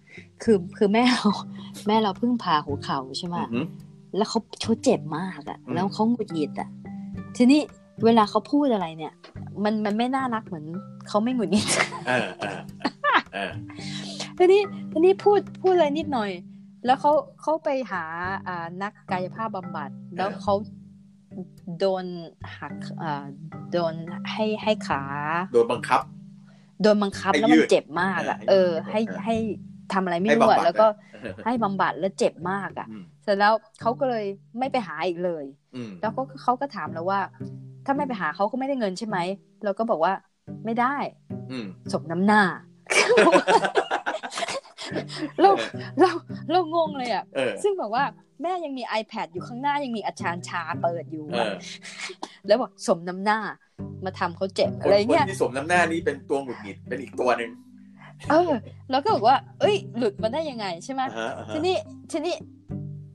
A: คือคือแม่เราแม่เราเพิ่งผ่าหัวเข่าใช่ไหม
B: อือหือ
A: แล้วเขาเขาเจ็บมากอะ่ะ
B: อืม
A: แล้วเขาหงุดหงิดอะ่ะ ทีนี้เวลาเขาพูดอะไรเนี่ย มันมันไม่น่ารักเหมือนเขาไม่หงุดห งิด
B: เออเออเออ
A: ทีนี้ทีนี้พูดพูดอะไรนิดหน่อย แล้วเขาเขาไปหาอ่านักกายภาพบำบัด แล้วเขาโดนหักอ่าโดนให้ให้ขา
B: โดนบังคับ
A: โดนบังคับ
B: ให้
A: แล้วมัน
B: ยืด
A: เจ็บมากอะ่ะ
B: ให้ยืด
A: เออ
B: ให้
A: ให้
B: ยืด
A: ให้ ทำอะไรไม่
B: ให้
A: รู้
B: บำบัด
A: อะแล้วก็
B: นะ
A: ให้บำบัดแล้วเจ็บมากอะ
B: อืม
A: เสร็จแล้วเขาก็เลยไม่ไปหาอีกเลย
B: อืม
A: แล้วก็เขาก็ถามเราว่า ถ้าไม่ไปหาเขาก็ไม่ได้เงินใช่ไหมเราก็บอกว่าไม่ได้
B: อืม
A: สมน้ำหน้า เราเราเรางงเลยอะ
B: เออ
A: ซึ่งแบบว่าแม่ยังมี iPad อยู่ข้างหน้ายังมีอาจารย์ชาเปิดอยู่
B: เอ
A: อะ
B: อ
A: แล้วบอกสมน้ำหน้ามาทำเขาเจ็บ
B: ค
A: อะ
B: น
A: ไร
B: คน
A: เงี้ย
B: ที่สวมน้ำหน้านี่เป็นตัวหงุดหงิดเป็นอีกตัวหนึ่ง
A: เออ แล้วก็บอกว่า เอ้ย หลุดมาได้ยังไงใช่ไหม
B: อ่าฮะอ่าฮะ
A: ทีนี้ทีนี้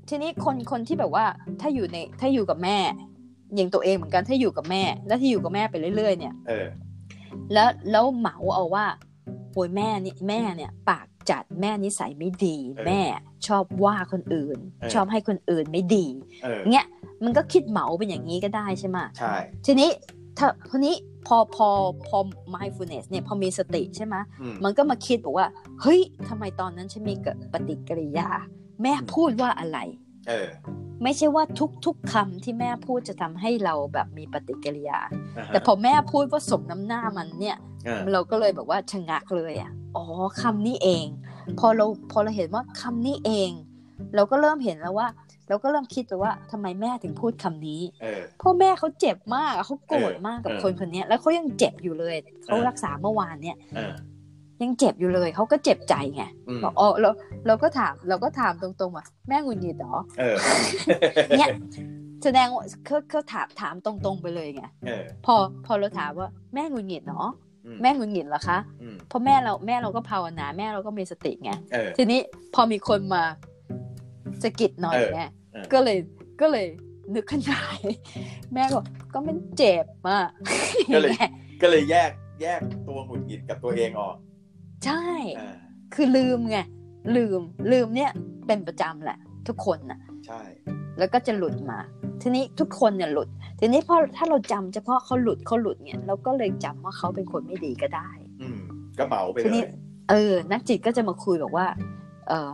A: ทีนี้คนคนที่แบบว่าถ้าอยู่ในถ้าอยู่กับแม่อย่างตัวเองเหมือนกันถ้าอยู่กับแม่ แล้วที่อยู่กับแม่ไปเรื่อยๆเนี่ย
B: เออ
A: แล้วแล้วเหมาเอาว่าโอยแม่นี่แม่เนี่ย ปากจัดแม่นิสัยไม่ดี
B: เออ
A: แม่ชอบว่าคนอื่น
B: เออ
A: ชอบให้คนอื่นไม่ดี
B: เออ
A: เงี้ยมันก็คิดเหมาเป็นอย่างนี้ก็ได้ใช่ไหม
B: ใช่
A: ทีนี้ถ้าทีนี้พอพอพอ mindfulness เนี่ยพอมีสติใช่ไหม
B: อืม
A: มันก็มาคิดบอกว่า เฮ้ยทำไมตอนนั้นฉันมีปฏิกิริยา แม่พูดว่าอะไร
B: เออ
A: ไม่ใช่ว่าทุกทุกๆคำที่แม่พูดจะทำให้เราแบบมีปฏิกิริยา
B: าฮะ
A: แต่พอแม่พูดว่าสมน้ำหน้ามันเนี่ย
B: เออ
A: เราก็เลยแบบว่าชะงักเลยอ่ะ อ๋อคำนี้เอง พอเราพอเราเห็นว่าคำนี้เอง เราก็เริ่มเห็นแล้วว่า เราก็เริ่มคิดไปว่าทำไมแม่ถึงพูดคำนี้
B: เออ
A: พ่อแม่เขาเจ็บมากอะเขาโกรธมากกับ
B: เออ
A: คนคนเนี้ย แล้วเขายังเจ็บอยู่เลยเขา
B: เออ
A: รักษาเมื่อวานเนี่ย
B: เออ
A: ยังเจ็บอยู่เลยเขาก็เจ็บใจไง
B: อืม
A: บอกอ๋อเราเราก็ถามเราก็ถามตรงๆว่าแม่หงุดหงิดเหรอ
B: เออ
A: เนี่ยแสดงว่าเขาเขาถามถามตรงๆไปเลยไง
B: เออ
A: พอพอเราถามว่าแม่หงุดหงิดเหรอ
B: อืม
A: แม่หงุดหงิดเหรอคะ
B: อืม
A: เพราะแม่เราแม่เราก็ภาวนาแม่เราก็มีสติไง
B: เออ
A: ทีนี้พอมีคนมาสะกิดหน่อย
B: เออ
A: เนี่ย
B: เออ
A: ก็เลยก็เลยนึกขึ้นได้ แม่ก็บอกก็มันเจ็บอ่ะ
B: ก็เลย
A: แม่
B: ก็เลยแยกแยกตัวหงุดหงิดกับตัวเองออก
A: ใช่
B: อ่า
A: คือลืมไงลืมลืมเนี่ยเป็นประจำแหละ ทุกคนน่ะ
B: ใช่
A: แล้วก็จะหลุดมา ทีนี้ทุกคนเนี่ยหลุด ทีนี้พอถ้าเราจำเฉพาะเขาหลุดเขาหลุดเนี่ยเราก็เลยจำว่าเขาเป็นคนไม่ดีก็ได้
B: อืมก็เบาไป
A: ที
B: เล
A: นี้
B: ย
A: เออ นักจิตก็จะมาคุยบอกว่า เออ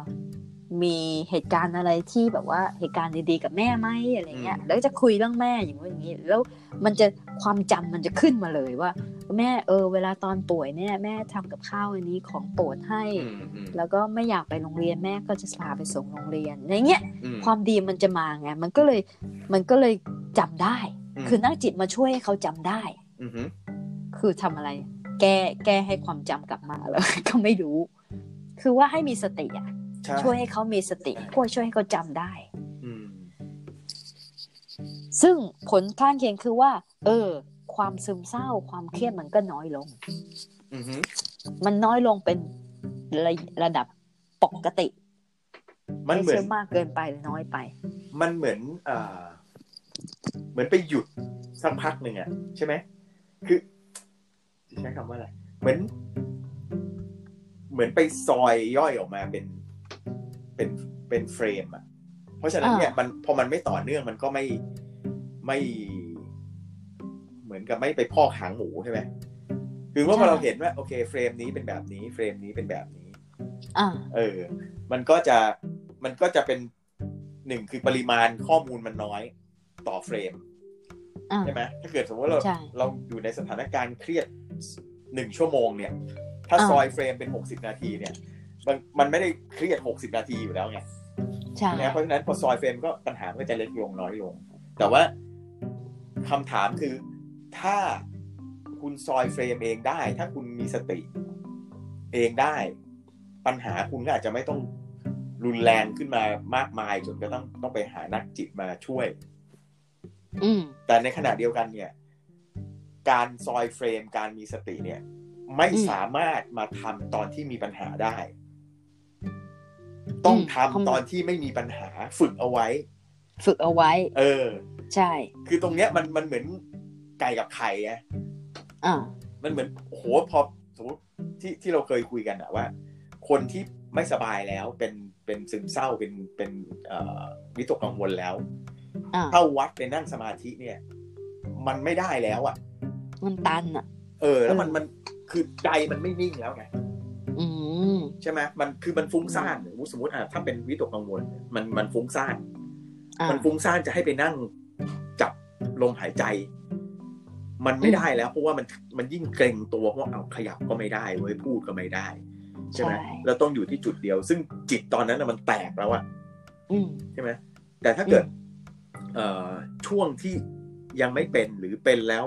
A: มีเหตุการณ์อะไรที่แบบว่าเหตุการณ์ดีๆกับแม่ไหมอะไรเงี้ย แล้วจะคุยเรื่องแม่อย่างนู้นอย่างนี้ แล้วมันจะความจำมันจะขึ้นมาเลยว่า แม่เออ เวลาตอนป่วยเนี่ยแม่ทำกับข้าวอันนี้ของโปรดให้
B: อืมอืม
A: แล้วก็ไม่อยากไปโรงเรียนแม่ก็จะพาไปส่งโรงเรียนอะไรเงี้ย
B: อืม
A: ความดีมันจะมาไง มันก็เลย มันก็เลยจำได้
B: ม
A: คือนักจิตมาช่วยให้เขาจำได้
B: อหือ
A: คือทำอะไร แก้แก้ให้ความจำกลับมาแล้ว ก็ไม่รู้ คือว่าให้มีสติอะ
B: ใช่
A: ช่วยให้เขามีสติพวกช่วยให้เขาจำได้
B: อืม
A: ซึ่งผลข้างเคียงคือว่า เออ ความซึมเศร้าความเครียดมันก็น้อยลง
B: อือหือ
A: มันน้อยลงเป็นระระดับปกติ
B: มัน
A: ไม่
B: เหมือ
A: เชื่
B: น
A: อมากเกินไปหรือน้อยไป
B: มันเหมือนเอ่อเหมือนไปหยุดสักพักหนึ่งอะใช่ไหม คือจะใช้คำว่าอะไร เหมือน เหมือนไปซอยย่อยออกมาเป็น เป็น เป็นเฟรมอะเพราะฉะนั้น
A: อ่า
B: เนี่ยมันพอมันไม่ต่อเนื่องมันก็ไม่ ไม่ เหมือนกับไม่ไปพอกหางหมูใช่ไหม คือว่าพอเราเห็นว่าโอเค เฟรมนี้เป็นแบบนี้ เฟรมนี้เป็นแบบนี้
A: อ่า
B: เออ มันก็จะ มันก็จะเป็นหนึ่งคือปริมาณข้อมูลมันน้อยต่อเฟรม
A: อ่า
B: ใช่ไหมถ้าเกิดสมมติว่าเรา
A: ใช่
B: เราอยู่ในสถานการณ์เครียดหนึ่งชั่วโมงเนี่ย ถ้า
A: อ่า
B: ซอยเฟรมเป็นหกสิบนาทีเนี่ย มันมันไม่ได้เครียดหกสิบนาทีอยู่แล้วไง
A: ใช่
B: นะเพราะฉะนั้นพอซอยเฟรมก็ปัญหามันก็จะเล็กลงน้อยลง แต่ว่าคำถามคือถ้าคุณซอยเฟรมเองได้ ถ้าคุณมีสติเองได้ ปัญหาคุณก็อาจจะไม่ต้องรุนแรงขึ้นมามากมายจนก็ต้องต้องไปหานักจิตมาช่วย
A: อืม
B: แต่ในขณะเดียวกันเนี่ย การซอยเฟรมการมีสติเนี่ย ไม่
A: อืม
B: สามารถมาทำตอนที่มีปัญหาได้ ต้อง
A: อืม
B: ทำ
A: ทำ
B: ตอนที่ไม่มีปัญหาฝึกเอาไว้
A: ฝึกเอาไว้
B: เออ
A: ใช่
B: คือตรงเนี้ยมันมันเหมือนไก่กับไข่ไง
A: อ่า
B: มันเหมือนโอ้โหพอสมมติที่ที่เราเคยคุยกันอะว่า คนที่ไม่สบายแล้วเป็นเป็นซึมเศร้าเป็นเป็นเอ่อวิตกกังวลแล้ว
A: อ่า
B: เข้าวัดไปนั่งสมาธิเนี่ย มันไม่ได้แล้วอะ
A: มันตันอ่ะ
B: เออ แล้วมัน
A: เออ
B: มันคือใจมันไม่นิ่งแล้วไง
A: อืม
B: ใช่ไหมมันคือมันฟุ้งซ่านสมมติอ่ะถ้าเป็นวิตกกังวล มันมันฟุ้งซ่าน
A: อ่า
B: มันฟุ้งซ่านจะให้ไปนั่งจับลมหายใจ มันไม่ได้แล้ว เพราะว่ามันมันยิ่งเกรงตัวเพราะเอาขยับก็ไม่ได้เว้ยพูดก็ไม่ได้ ใช่ไหม
A: ใช่
B: เราต้องอยู่ที่จุดเดียว ซึ่งจิตตอนนั้นน่ะมันแตกแล้วอะ
A: อืม
B: ใช่ไหมแต่ถ้าเกิดเอ่อช่วงที่ยังไม่เป็นหรือเป็นแล้ว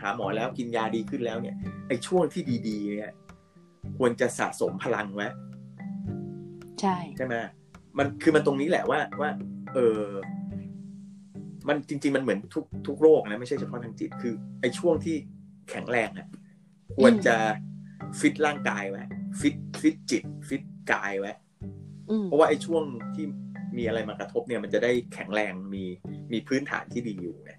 B: หาหมอแล้วกินยาดีขึ้นแล้วเนี่ยไอ้ช่วงที่ดีๆเนี่ยควรจะสะสมพลังไว้
A: ใช่
B: ใช่ไหมมันคือมันตรงนี้แหละว่าว่า เออมันจริง ๆ มันเหมือนทุกทุกโรคนะไม่ใช่เฉพาะทางจิต คือไอ้ช่วงที่แข็งแรงอะควรจะฟิตร่างกายไว้ฟิตฟิตจิต ฟิตกายไว้
A: อืม
B: เพราะว่าไอ้ช่วงที่มีอะไรมากระทบเนี่ย มันจะได้แข็งแรงมีมีพื้นฐานที่ดีอยู่ไง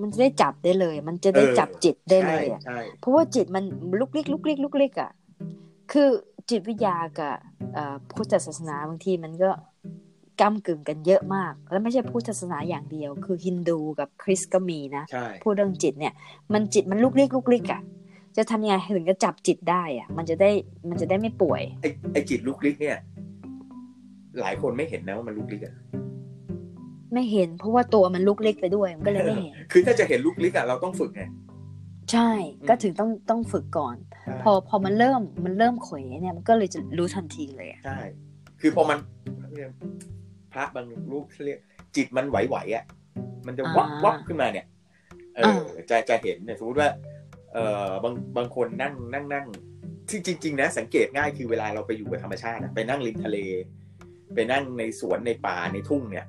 A: มันจะได้จับได้เลย มันจะได้
B: เออ
A: จับจิตได้เล
B: ใช่
A: ยอะ
B: ใช่
A: เพราะว่าจิตมันลุกลิกลุกลิกลุกลิกอะ่ะ คือจิตวิทยากับเอ่อพุทธศาสนาบางทีมันก็ก้ากึ่งกันเยอะมาก แล้วไม่ใช่พุทธศาสนาอย่างเดียว คือฮินดูกับคริสต์ก็มีนะ
B: ใช่
A: พูดเรื่องจิตเนี่ย มันจิตมันลุกลิกลุกลิกอะ่ะ จะทำยังไงถึงจะจับจิตได้อะ่ะ มันจะได้มันจะได้ไม่ป่วย
B: ไอ้ไอ้จิตลุกลิกเนี่ย หลายคนไม่เห็นนะว่ามันลุกลิกอะ
A: ไม่เห็น เพราะว่าตัวมันลุกลิกไปด้วยมันก็เลยไม่เห็น
B: คือถ้าจะเห็นลุกลิกอะเราต้องฝึกไง
A: ใช่ ก็ถึงต้องต้องฝึกก่อน พอพอมันเริ่มมันเริ่มเขวยเนี่ยมันก็เลยจะรู้ทันทีเลยอะ
B: ใช่ คือพอมันเรียกพระบางรูปเขาเรียก จิตมันไหวๆอ่ะ มันจะวับวับขึ้นมาเนี่ย เอออา จะจะเห็นเนี่ยสมมติว่า เออบางบางคนนั่งนั่งนั่งที่จริง ๆ นะ สังเกตง่ายคือเวลาเราไปอยู่กับธรรมชาติอะไปนั่งริมทะเล ไปนั่งในสวนในป่าในทุ่งเนี่ย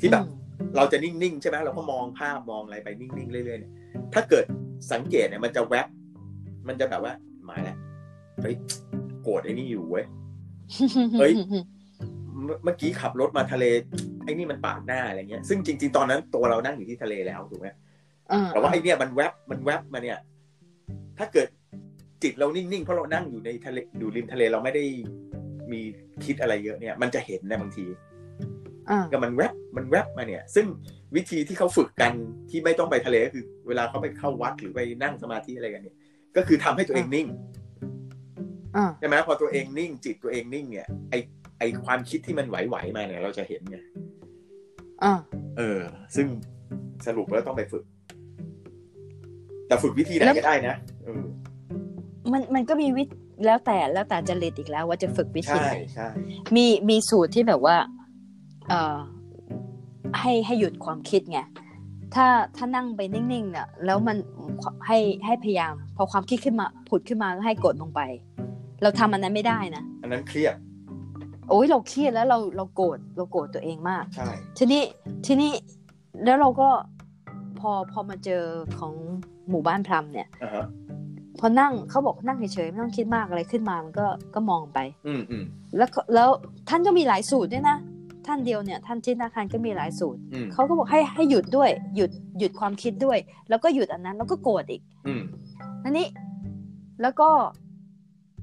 B: ที่แบบ
A: อืม
B: เราจะนิ่งๆใช่ไหมเราก็มองภาพมองอะไรไปนิ่งๆเรื่อยๆเนี่ยถ้าเกิดสังเกตเนี่ยมันจะแวบมันจะแบบว่ามาแล้วเฮ้ยโกรธไอ้นี่อยู่เว้ย เฮ้ย เมื่อเมื่อกี้ขับรถมาทะเลไอ้นี่มันปาดหน้าอะไรเงี้ย ซึ่งจริง ๆ ตอนนั้นตัวเรานั่งอยู่ที่ทะเลแล้วถูกไหม
A: อ่
B: แต่ว่าไอ้เนี่ยมันแวบมันแวบมาเนี่ย ถ้าเกิดจิตเรานิ่งๆเพราะเรานั่งอยู่ในทะเลอยู่ริมทะเลเราไม่ได้มีคิดอะไรเยอะเนี่ย มันจะเห็นนะบางที
A: อ่า
B: ก็มันแวบมันแวบมาเนี่ย ซึ่งวิธีที่เขาฝึกกันที่ไม่ต้องไปทะเลก็คือ เวลาเขาไปเข้าวัดหรือไปนั่งสมาธิอะไรกันเนี่ย ก็คือทำให้ตัวเองนิ่ง
A: อ่า
B: ใช่ไหมพอตัวเองนิ่ง จิตตัวเองนิ่งเนี่ยไอไอความคิดที่มันไหวๆมาเนี่ย เราจะเห็นไง
A: อ่า
B: เออ ซึ่งสรุปแล้วต้องไปฝึก แต่ฝึกวิธีไหน
A: แล้ว
B: ก็ได้นะเออ
A: มันมันก็มีวิธีแล้วแต่แล้วแต่จริตอีกแล้วว่าจะฝึกวิธี
B: ใช่
A: ไหน
B: ใช่
A: มีมีสูตรที่แบบว่า เอ่อให้ให้หยุดความคิดไงถ้าถ้านั่งไปนิ่งๆเนี่ยแล้วมันให้ให้พยายาม พอความคิดขึ้นมาผุดขึ้นมาก็ให้กดลงไป เราทำอันนั้นไม่ได้นะ
B: อันนั้นเครียด
A: โอ้ยเราเครียดแล้วเราเราโกรธเราโกรธตัวเองมาก
B: ใช่
A: ทีนี้ทีนี้แล้วเราก็พอพอมาเจอของหมู่บ้านพลัมเนี่ย
B: อ่าฮะ
A: พอนั่งเขาบอกนั่งเฉยๆไม่ต้องคิดมากอะไรขึ้นมามันก็ก็มองไป
B: อืมอืม
A: แล้วก็แล้วท่านก็มีหลายสูตรด้วยนะ ท่านเดียวเนี่ยท่านที่นาคารก็มีหลายสูตร
B: อืม
A: เขาก็บอกให้ให้หยุดด้วยหยุดหยุดความคิดด้วย แล้วก็หยุดอันนั้นแล้วก็โกรธอีก
B: อืม
A: อันนี้ แล้วก็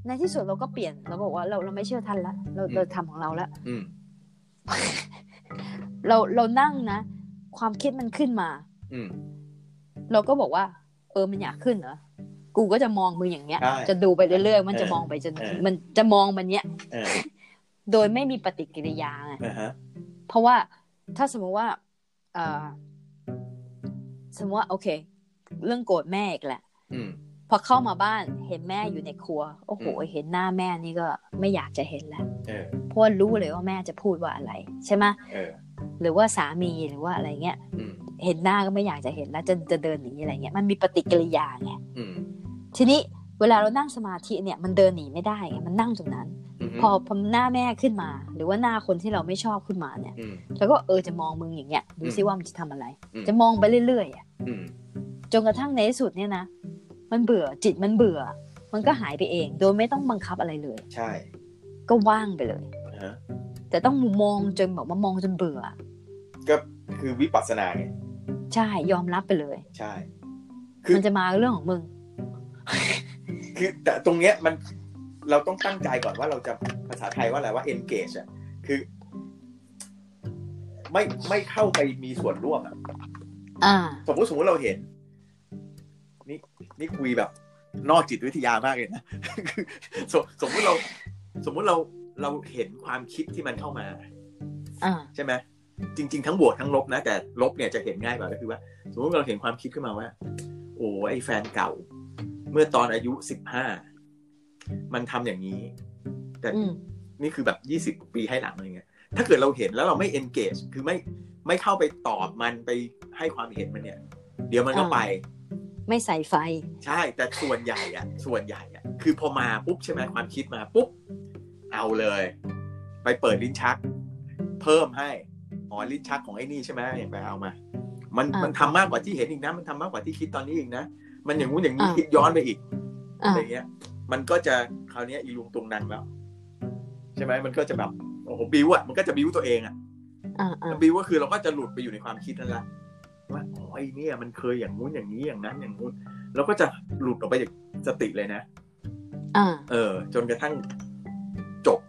A: ในที่สุดเราก็เปลี่ยนเราบอกว่าเราเราไม่เชื่อท่านละเราเราทำของเราละ
B: อืม
A: เราเรานั่งนะ ความคิดมันขึ้นมา
B: อืม
A: เราก็บอกว่า เออมันอยากขึ้นเหรอกูก็จะมองมืออย่างเงี้ย
B: ใช่
A: จะดูไปเรื่อยๆ มัน
B: เออ
A: จะมองไปจน
B: เออ
A: มันจะมองมันเนี้ย
B: เออ
A: โดยไม่มีปฏิกิริยาไง
B: อ่าฮะ
A: เพราะว่าถ้าสมมติว่าเอ่อสมมติว่าโอเค เรื่องโกรธแม่อีกแหละ
B: อืม
A: พอเข้ามาบ้านเห็นแม่อยู่ในครัว โอ้โห
B: อืม
A: เห็นหน้าแม่นี่ก็ไม่อยากจะเห็นแล้ว
B: เออ
A: เพราะว่ารู้เลยว่าแม่จะพูดว่าอะไร ใช่ไหม
B: เออ
A: หรือว่าสามีหรือว่าอะไรเงี้ย
B: อืม
A: เห็นหน้าก็ไม่อยากจะเห็นแล้วจะจะเดินหนีอะไรเงี้ยมันมีปฏิกิริยาไง
B: อืม
A: ทีนี้เวลาเรานั่งสมาธิเนี่ยมันเดินหนีไม่ได้ไงมันนั่งตรงนั้น
B: อืม
A: พอพอหน้าแม่ขึ้นมา หรือว่าหน้าคนที่เราไม่ชอบขึ้นมาเนี่ย
B: อืม
A: แล้วก็เออจะมองมึงอย่างเงี้ยดูซิ
B: อืม
A: ว่ามันจะทำอะไร
B: อืม
A: จะมองไปเรื่อยๆอะ
B: อืม
A: จนกระทั่งในที่สุดเนี่ยนะมันเบื่อจิตมันเบื่อ มันก็หายไปเอง โดยไม่ต้องบังคับอะไรเลย
B: ใช่
A: ก็ว่างไปเลย
B: อ่าฮะ
A: แต่ต้องมองจนแบบว่ามองจนเบื่อ
B: ก็คือวิปัสสนาไง
A: ใช่ยอมรับไปเลย
B: ใช่ คือ
A: มันจะมาเรื่องของมึง
B: คือแต่ตรงเนี้ยมันเราต้องตั้งใจก่อนว่าเราจะภาษาไทยว่าอะไรว่า engage อ่ะคือ ไม่ไม่เข้าไปมีส่วนร่วมอะ
A: อ่า
B: สมมติสมมติเราเห็น นี่นี่คุยแบบ นอกจิตวิทยามากเลยนะ คือสมสมมติเรา สมมติเราเราเห็นความคิดที่มันเข้ามา
A: อ่า
B: ใช่ไหมจริง ๆ ทั้งบวกทั้งลบนะ แต่ลบเนี่ยจะเห็นง่ายกว่าก็คือว่า สมมติเราเห็นความคิดขึ้นมาว่า โอ้ไอแฟนเก่า เมื่อตอนอายุสิบห้า มันทำอย่างนี้ แต่
A: อืม
B: นี่คือแบบยี่สิบปีให้หลังอะไรเงี้ย ถ้าเกิดเราเห็นแล้วเราไม่ engage คือไม่ไม่เข้าไปตอบมันไปให้ความเห็นมันเนี่ย เดี๋ยวมันก็
A: อ่า
B: ไป
A: ไม่ใส่ไฟ
B: ใช่ แต่ส่วนใหญ่อะส่วนใหญ่อะคือพอมาปุ๊บใช่ไหมความคิดมาปุ๊บ เอาเลย ไปเปิดลิ้นชัก เพิ่มให้อ๋อลิ้นชักของไอ้นี่ใช่ไหมเนี่ยไปเอามา มัน
A: อ่ามั
B: มันทำมากกว่าที่เห็นอีกนะ มันทำมากกว่าที่คิดตอนนี้อีกนะ มันอย่างงู้นอย่างนี้
A: อ่า
B: คิดย้อนไปอีก
A: อ่ะ
B: อะไรเงี้ย มันก็จะคราวเนี้ยอีลุงตุงนังแล้ว ใช่ไหมมันก็จะแบบโอ้โหบิวอะมันก็จะบิวตัวเองอะ
A: อ่ะอ่ะ
B: บิวก็คือเราก็จะหลุดไปอยู่ในความคิดนั่นละว่าอ๋อไอ้เนี่ยมันเคยอย่างงู้นอย่างนี้อย่างนั้นอย่างงู้นเราก็จะหลุดออกไปจากสติเลยนะ
A: อ่ะ
B: เออ จนกระทั่งจบ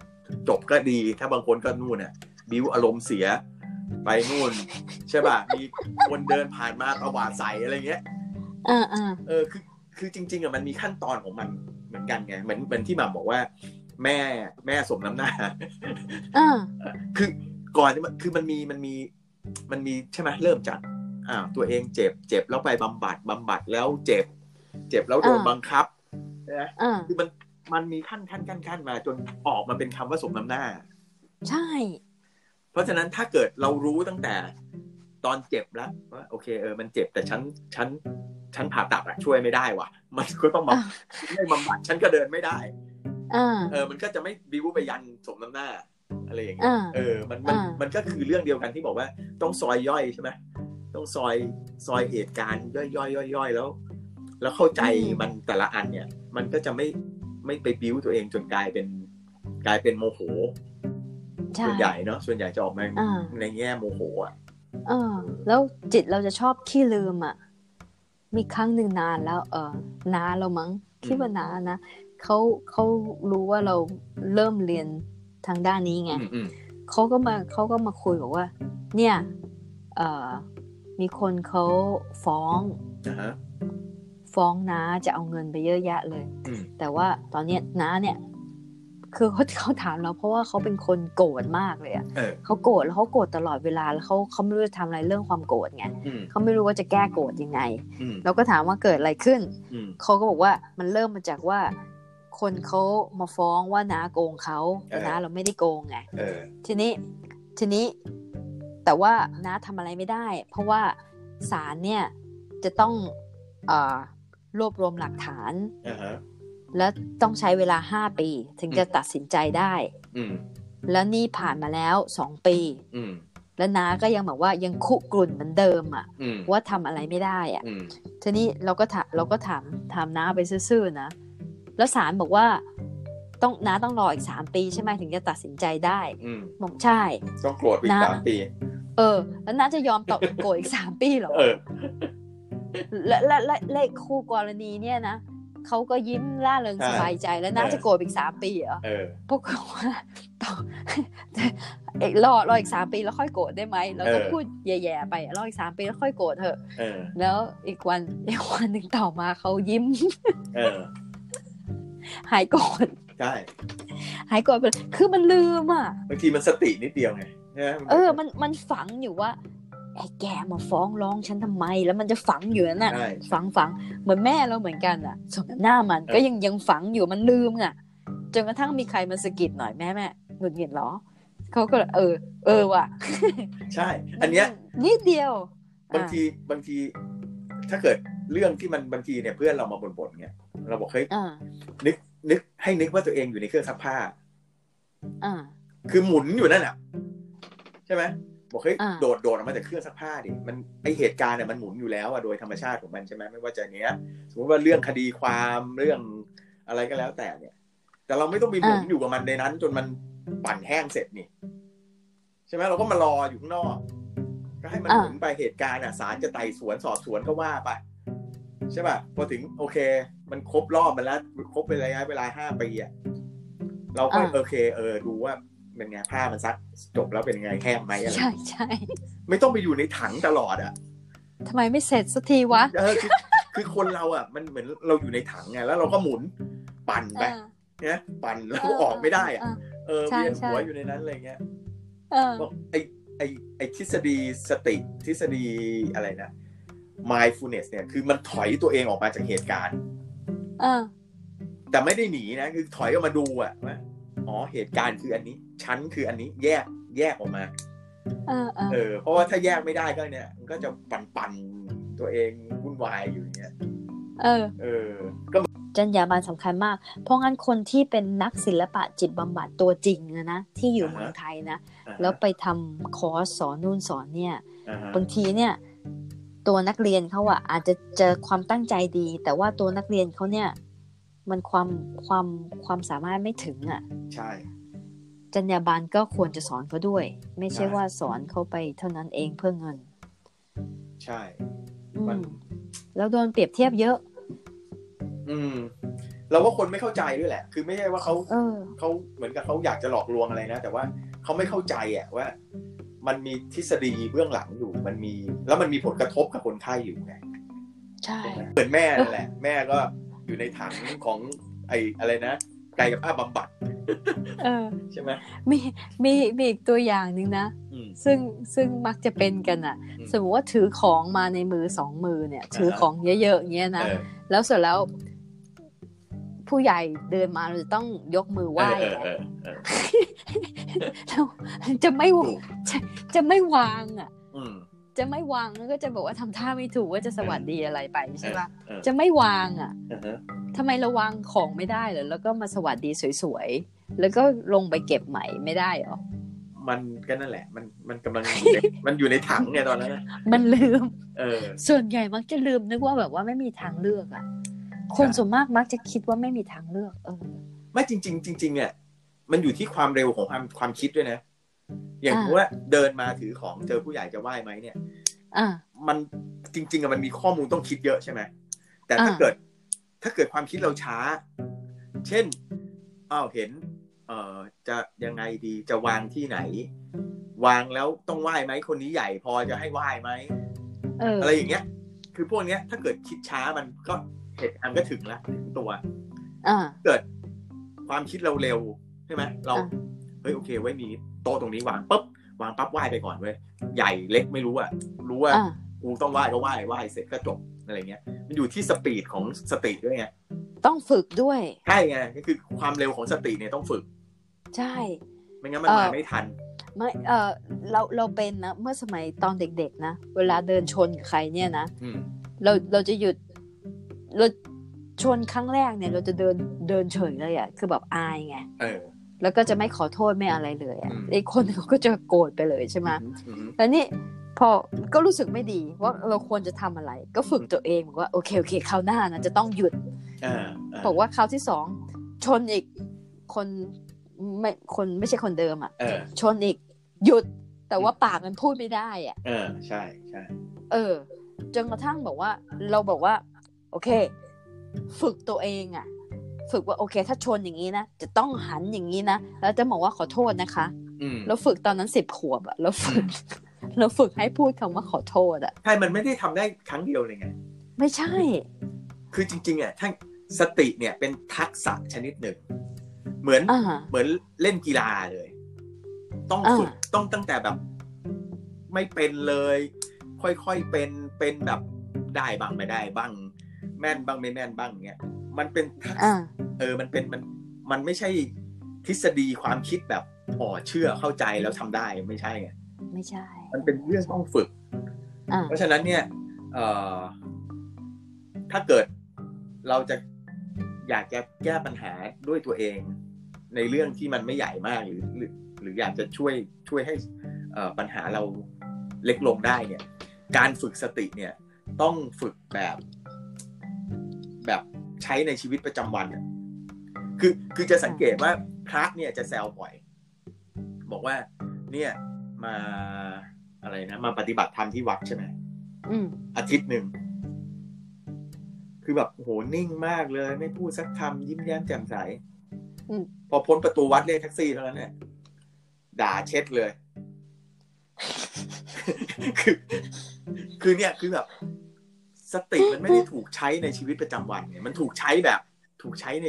B: จบก็ดี ถ้าบางคนก็นู่นน่ะ บิวอารมณ์เสีย ไปนู่น ใช่ป่ะ มีคนเดินผ่านมาประหวาดใสอะไรเงี้ย
A: อ่ะอ่ะ
B: เออคือคือจริงๆอ่ะมันมีขั้นตอนของมันเหมือนกันไงเหมือนเหมือนที่หมาบอกว่า แม่แม่สมน้ำหน้า
A: อ่ะ
B: คือก่อนที่มันคือมันมีมันมีมันมีใช่ไหมเริ่มจากอ่าตัวเองเจ็บเจ็บแล้วไปบำบัดบำบัดแล้วเจ็บ เจ็บแล้วโดนบังคับนะ
A: อ่ะ
B: คือมันมันมีขั้นขั้นขั้นขั้นมาจนออกมาเป็นคำว่าสมน้ำหน้า
A: ใช่
B: เพราะฉะนั้นถ้าเกิดเรารู้ตั้งแต่ตอนเจ็บแล้วว่าโอเคเออมันเจ็บแต่ฉันฉันฉันผ่าตัดอะช่วยไม่ได้ว่ะ มันก็ต้องมา
A: อ่ะ
B: ไม่บำบัดฉันก็เดินไม่ได้
A: อ่ะ
B: เออ มันก็จะไม่บิวไปยันสมน้ำหน้า อะไรอย่างเงี้ย
A: อ่า
B: เออ มัน มัน
A: อ่ามั
B: มันก็คือเรื่องเดียวกันที่บอกว่า ต้องซอยย่อยใช่ไหมต้องซอย ซอยเหตุการณ์ย่อยย่อยย่อยย่อยแล้ว แล้วเข้าใจ
A: อืม
B: มันแต่ละอันเนี่ย มันก็จะไม่ ไม่ไปบิวตัวเองจนกลายเป็น กลายเป็นโมโห
A: ใช่
B: ส่วนใหญ่เนาะ ส่วนใหญ่จะออกมา
A: อ่ะ
B: ในแง่โมโหอ่ะ
A: เออ แล้วจิตเราจะชอบขี้ลืมอ่ะ มีครั้งหนึ่งนานแล้ว เออน้าเรามั้งคิดว่าน้านะเขาเขารู้ว่าเราเริ่มเรียนทางด้านนี้ไง
B: อืมอืม
A: เขาก็มาเขาก็มาคุยบอกว่า เนี่ยเอ่อมีคนเขาฟ้อง
B: อ่าฮะ
A: ฟ้องน้าจะเอาเงินไปเยอะแยะเลย
B: อืม
A: แต่ว่าตอนเนี้ยน้าเนี่ย คือเขาเขาถามเราเพราะว่าเขาเป็นคนโกรธมากเลยอะ
B: เออ
A: เขาโกรธแล้วเขาโกรธตลอดเวลาแล้วเขาเขาไม่รู้จะทำอะไรเรื่องความโกรธไง
B: อืม
A: เขาไม่รู้ว่าจะแก้โกรธยังไง
B: อืม
A: เราก็ถามว่าเกิดอะไรขึ้น
B: อืม
A: เขาก็บอกว่ามันเริ่มมาจากว่า คนเขามาฟ้องว่าน้าโกงเขาแต่
B: เออ
A: น้าเราไม่ได้โกงไง
B: เออ
A: ทีนี้ทีนี้แต่ว่าน้าทำอะไรไม่ได้ เพราะว่าศาลเนี่ยจะต้องเออรวบรวมหลักฐาน
B: อ่าฮะ
A: และต้องใช้เวลา 5 ปี ถึงจะ
B: อืม
A: ตัดสินใจได้
B: อืม
A: แล้วนี่ผ่านมาแล้ว 2 ปี
B: อืม
A: แล้วน้าก็ยังแบบว่ายังคุกรุ่นเหมือนเดิมอะ
B: อืม
A: ว่าทำอะไรไม่ได้อะ
B: อืม
A: ทีนี้เราก็ถามเราก็ถามถามน้าไปซื่อๆนะ แล้วศาลบอกว่าต้องน้าต้องรออีก 3 ปีใช่ไหมถึงจะตัดสินใจได้
B: อืม
A: บอกใช่
B: ต้องโกรธไปอีก
A: นะ
B: สามปี
A: เออ แล้วน้าจะยอมตอบโกยอีก สามปีเหรอ
B: เออ
A: และและและเลขคู่กรณีเนี่ยนะเขาก็ยิ้มล่าเริง
B: ใช่
A: สบายใจแล้วน่า
B: เออ
A: จะโกรธอีกสามปีเหรอ
B: เออ
A: พวกเขาว่าต่อ เอกรอรออีกสามปีแล้วค่อยโกรธได้ไหมเราก็
B: เออ
A: พูดแย่ๆไปรออีกสามปีแล้วค่อยโกรธเถอะ
B: เออ
A: แล้วอีกวัน อีกวันหนึ่งต่อมาเขายิ้ม
B: เออ
A: หายโกรธ
B: ใช่
A: หายโกรธไปเลยคือมันลืมอ่ะ
B: บางทีมันสตินิดเดียวไงใช่ไหม
A: เออ มันมันฝังอยู่ว่าไอ้แกมาฟ้องร้องฉันทำไม แล้วมันจะฝังอยู่นั่นน่ะ
B: ใช่
A: ฝังฝังเหมือนแม่เราเหมือนกันอ่ะสมน้ำหน้ามัน
B: เออ
A: ก็ยังยังฝังอยู่มันลืมอ่ะจนกระทั่งมีใครมาสะกิดหน่อยแม่แม่หงุดหงิดเหรอเขาก็เลยเออ เออว่ะ
B: ใช่ อันเนี้ย
A: นิดเดียว
B: บางทีบางที ถ้าเกิดเรื่องที่มันบางทีเนี่ยเพื่อนเรามาบ่นๆเนี่ยเราบอกเฮ้ย
A: อ่า
B: นึกนึกให้นึกว่าตัวเองอยู่ในเครื่องซักผ้า
A: อ่า
B: คือหมุนอยู่นั่นแหละใช่ไหมบอกเฮ้ย
A: อ่า
B: โดดโดดออกมาจากเครื่องซักผ้าดิมันไอเหตุการณ์เนี่ยมันหมุนอยู่แล้วอะโดยธรรมชาติของมันใช่ไหมไม่ว่าจะเนี้ย สมมติว่าเรื่องคดีความเรื่องอะไรก็แล้วแต่เนี่ย แต่เราไม่ต้องไปหมุนอยู่กับมันในนั้น จนมันปั่นแห้งเสร็จนี่ใช่ไหมเราก็มารออยู่ข้างนอก ก็ให้มันหมุนไปเหตุการณ์อ่ะศาลจะไต่สวนสอบสวนก็ว่าไปใช่ป่ะพอถึงโอเค มันครบรอบมันแล้วครบเป็นระยะเวลาห้าปีอ่ะเราก็
A: อ่า
B: โอเค เออ ดูว่าเป็นไงผ้ามันซักจบแล้วเป็นไงแห้งไหมอะไร
A: ใช่ใช่
B: ไม่ต้องไปอยู่ในถังตลอดอ่ะ
A: ทำไมไม่เสร็จสักทีวะ
B: เออคือคือคนเราอ่ะ มันเหมือนเราอยู่ในถังไงแล้วเราก็หมุนปั่นไป
A: อ่า
B: นะปั่นแล้วก็ออกไม่ได้อ่ะ
A: า
B: เออ
A: ใช่
B: เวียนหัว
A: ใช่
B: อยู่ในนั้นอะไรเงี้ย
A: อ่า
B: บอกไอไอไอทฤษฎีสติทฤษฎีอะไรนะ mindfulness เนี่ยคือมันถอยตัวเองออกมาจากเหตุการณ์
A: อ่า
B: แต่ไม่ได้หนีนะคือถอยออกมาดูอะว่าอ๋อเหตุการณ์คืออันนี้ชั้นคืออันนี้แยกแยกออกมา
A: เออเออ
B: เออเพราะว่าถ้าแยกไม่ได้ก็เนี่ยมันก็จะปั่นปั่นๆตัวเองวุ่นวายอยู่อย่างเงี้ย
A: เออ
B: เออ
A: จรรยาบรรณสำคัญมาก เพราะงั้นคนที่เป็นนักศิลปะจิตบำบัดตัวจริงอะนะที่อยู่
B: อ่าฮะ
A: เมืองไทยนะ
B: อ่าฮะ
A: แล้วไปทำคอร์สสอนนู่นสอนเนี่ย
B: อ่าฮะ
A: บางทีเนี่ย ตัวนักเรียนเขาอะอาจจะเจอความตั้งใจดี แต่ว่าตัวนักเรียนเขาเนี่ย มันความความความสามารถไม่ถึงอะ
B: ใช่
A: จรรยาบรรณก็ควรจะสอนเขาด้วย ไม่ใช่
B: ใช่
A: ว่าสอนเขาไปเท่านั้นเองเพื่อเงิน
B: ใช่
A: อื
B: มัน
A: มแล้วโดนเปรียบเทียบเยอะ
B: อืมเราว่าคนไม่เข้าใจด้วยแหละ คือไม่ใช่ว่าเขา
A: เออ
B: เขาเหมือนกับเขาอยากจะหลอกลวงอะไรนะ แต่ว่าเขาไม่เข้าใจอะว่า มันมีทฤษฎีเบื้องหลังอยู่ มันมี แล้วมันมีผลกระทบกับคนไข้อยู่ไง
A: ใช่
B: เหมือนแม่นั่นแหละ แม่ก็อยู่ในถังของไอ้อะไรนะกายภาพบำบัด
A: เออ
B: ใช่ไหม
A: มีมีมีอีกตัวอย่างหนึ่งนะ
B: อืม
A: ซึ่งซึ่งมักจะเป็นกันอะ
B: อืม
A: สมมติว่าถือของมาในมือสองมือเนี่ย ถือของเยอะๆอย่างเงี้ยนะ
B: เออ
A: แล้วเสร็จแล้ว ผู้ใหญ่เดินมาเราจะต้องยกมือไหว้
B: เออเออเออเออ
A: แล้ว จะไม่วจะจะไม่วางอ่ะ
B: อืม
A: จะไม่วางแล้วก็จะบอกว่าทำท่าไม่ถูกว่าจะสวัสดีอะไรไปใช่ปะ
B: เออ
A: จะไม่วางอ่ะ
B: อ่าฮะ
A: ทำไมเราวางของไม่ได้เหรอแล้วก็มาสวัสดีสวยๆแล้วก็ลงไปเก็บใหม่ไม่ได้เหรอ
B: มันก็นั่นแหละ มันมันกำลั งอยู่ในมันอยู่ในถังไงตอนนั้นนะ
A: มันลืม
B: เออ
A: ส่วนใหญ่มักจะลืมนึกว่าแบบว่าไม่มีทางเลือกอะ่ะ คน
B: ใช่
A: ส่วนมากมักจะคิดว่าไม่มีทางเลือก เออ
B: ไม่จริง ๆ จริงๆเนี่ยมันอยู่ที่ความเร็วของความความคิดด้วยนะ อย่าง
A: อ่า
B: สมมุติว่าเดินมาถือของเจอผู้ใหญ่จะไหว้ไหมเนี่ย
A: อ่ะ
B: มันจริง ๆอะมันมีข้อมูลต้องคิดเยอะใช่ไหมแต่ถ้า
A: อ่า
B: เกิด ถ้าเกิดความคิดเราช้า เช่นอ้าวเห็น เอ่อจะยังไงดีจะวางที่ไหน วางแล้วต้องไหว้ไหมคนนี้ใหญ่พอจะให้ไหว้ไหม
A: เออ
B: อะไรอย่างเงี้ย คือพวกเนี้ย ถ้าเกิดคิดช้ามันก็เหตุการณ์ก็ถึงละถึงตัว
A: อ่ะ
B: เกิดความคิดเราเร็วใช่ไหมเรา
A: อ่ะ
B: เฮ้ยโอเคไว้ยมีโต๊ะตรงนี้วางปุ๊บวางปั๊บไหว้ไปก่อนเว้ยใหญ่เล็กไม่รู้อะรู้ว่า
A: อ่ะ
B: กูต้องไหว้ก็ไหว้ไหว้เสร็จก็จบอะไรเงี้ย มันอยู่ที่สปีดของสติด้วยไง
A: ต้องฝึกด้วย
B: ใช่ไงก็คือความเร็วของสติเนี่ยต้องฝึก
A: ใช่
B: ไม่งั้นมัน
A: เอ่อ
B: มาไม่ทัน
A: ไม่เออเราเราเป็นนะเมื่อสมัยตอนเด็กๆนะเวลาเดินชนกับใครเนี่ยนะ
B: อืม
A: เราเราจะหยุดเราชนครั้งแรกเนี่ย เราจะเดินเดินเฉยเลยอะ่ะคือแบบอายไง
B: เออ
A: แล้วก็จะไม่ขอโทษไม่อะไรเลยอะ่ะ
B: อืม
A: ไอ้คนเขาก็จะโกรธไปเลยใช่ไหม
B: อืม
A: แล้วนี่พอก็รู้สึกไม่ดีว่าเราควรจะทำอะไร ก็ฝึกตัวเองบอกว่าโอเคโอเคคราวหน้านะจะต้องหยุด
B: อ่าอ่
A: บอกว่าคราวที่สองชนอีกคนไม่คนไม่ใช่คนเดิมอะ
B: เออ
A: ชนอีกหยุด แต่ว่าปากมันพูดไม่ได้อะ
B: เออใช่ใช่
A: เออ จนกระทั่งบอกว่า เราบอกว่า โอเค ฝึกตัวเองอะฝึกว่าโอเค ถ้าชนอย่างนี้นะจะต้องหันอย่างนี้นะแล้วจะบอกว่าขอโทษนะคะ
B: อืม
A: เราฝึกตอนนั้นสิบขวบอะเราฝึก เราฝึกให้พูดคำว่าขอโทษอะ
B: ใช่ มันไม่ได้ทำได้ครั้งเดียวเลยไง
A: ไม่ใช่
B: คือจริงๆอ่ะถ้าสติเนี่ยเป็นทักษะชนิดหนึ่ง เหมือน
A: อ่า
B: เหมือนเล่นกีฬาเลย ต้อง
A: อ่า
B: ฝึกต้องตั้งแต่แบบ ไม่เป็นเลย ค่อยๆเป็นเป็นแบบได้บ้างไม่ได้บ้าง แม่นบ้างไม่แม่นบ้างเงี้ยมันเป็นทักษะ
A: อ่า
B: เออมันเป็นมันมันไม่ใช่ทฤษฎีความคิดแบบอ๋อเชื่อเข้าใจแล้วทำได้ไม่ใช่ไง
A: ไม่ใช่
B: มันเป็นเรื่องต้องฝึก
A: อ่า
B: เพราะฉะนั้นเนี่ยเอ่อถ้าเกิดเราจะอยากจะแก้ปัญหาด้วยตัวเอง ในเรื่องที่มันไม่ใหญ่มากหรือหรือหรืออยากจะช่วยช่วยให้เอ่อปัญหาเราเล็กลงได้เนี่ย การฝึกสติเนี่ย ต้องฝึกแบบ แบบใช้ในชีวิตประจำวันอะคือคือจะสังเกตว่าพระเนี่ยจะแซวบ่อย บอกว่า เนี่ยมาอะไรนะ มาปฏิบัติธรรมที่วัดใช่ไหม
A: อืม
B: อาทิตย์หนึ่ง คือแบบโอ้โหนิ่งมากเลย ไม่พูดสักคำยิ้มแย้มแจ่มใส
A: อืม
B: พอพ้นประตูวัดเรียกแท็กซี่เท่านั้นเนี่ยด่าเช็ดเลย คือ คือเนี่ยคือแบบ สติมันไม่ได้ถูกใช้ในชีวิตประจำวันเนี่ยมันถูกใช้แบบ ถูกใช้ใน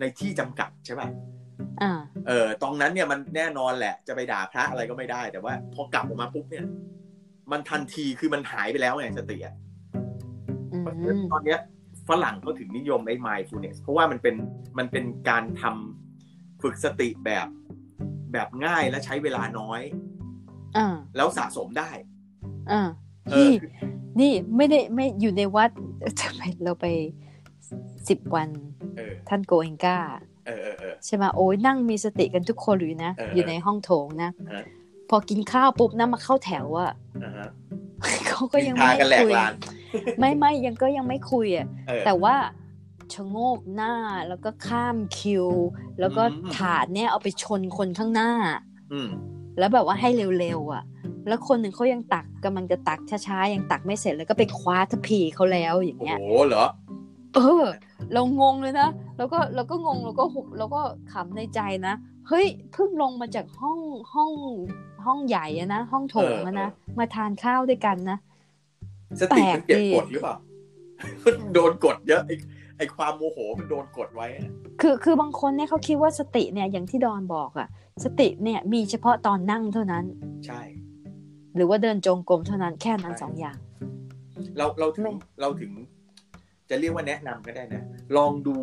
B: ในที่จำกัดใช่ป่ะ
A: อ่า
B: เออ ตรงนั้นเนี่ยมันแน่นอนแหละ จะไปด่าพระอะไรก็ไม่ได้ แต่ว่าพอกลับออกมาปุ๊บเนี่ย มันทันทีคือมันหายไปแล้วไงสติอะ
A: อื
B: เพราะฉะนั้น
A: ม
B: ตอนเนี้ย ไฟ ฝรั่งเขาถึงนิยมไอ้ mindfulness เพราะว่ามันเป็นมันเป็นการทำฝึกสติแบบแบบง่ายและใช้เวลาน้อย
A: อ่า
B: แล้วสะสมได้
A: อ่า
B: เอ
A: นี่
B: อ
A: นี่ไม่ได้ไม่อยู่ในวัด จะไปเราไปสิบวัน
B: เออ
A: ท่านโกเองกา
B: เออเออเออ
A: ใช่ไหมโอ้ยนั่งมีสติกันทุกคนอยู่นะ
B: เออ
A: อยู่ในห้องโถงนะ
B: ฮะ
A: พอกินข้าวปุ๊บนะมาเข้าแถวอะ
B: อ่าฮะ
A: เขาก็ยัง
B: ทา
A: ไม่
B: กันแหลก
A: คุย
B: ลาน
A: ไม่ไม่ยังก็ยังไม่คุยอะ
B: เออ
A: แต่ว่าชะโงกหน้าแล้วก็ข้ามคิว แล้วก็
B: อืม
A: ถาดเนี่ยเอาไปชนคนข้างหน้า
B: อืม
A: แล้วแบบว่าให้เร็วๆอะแล้วคนหนึ่งเขายังตักกำลังจะตักช้าๆยังตักไม่เสร็จแล้วก็ไปคว้าทะพีเขาแล้วอย่าง
B: โอ้
A: เงี้ย
B: โหเหรอ
A: เออ เรางงเลยนะเราก็เราก็งงเราก็หุบเราก็ขำในใจนะเฮ้ยเพิ่งลงมาจากห้องห้องห้องใหญ่อะนะห้องโถงอะนะมาทานข้าวด้วยกันนะ
B: สติ
A: แปลก
B: มันเก็บ
A: ดิ
B: กดหรือเปล่า โดนกดเยอะไอ้ไอ้ความโมโหมันโดนกดไว้อะ
A: คือคือบางคนเนี่ยเขาคิดว่าสติเนี่ยอย่างที่ดอนบอกอะสติเนี่ยมีเฉพาะตอนนั่งเท่านั้น
B: ใช่
A: หรือว่าเดินจงกรมเท่านั้นแค่นั้นสองอย่าง
B: เราเราถึง
A: ไม่
B: เราถึง จะเรียกว่าแนะนำก็ได้นะ ลองดู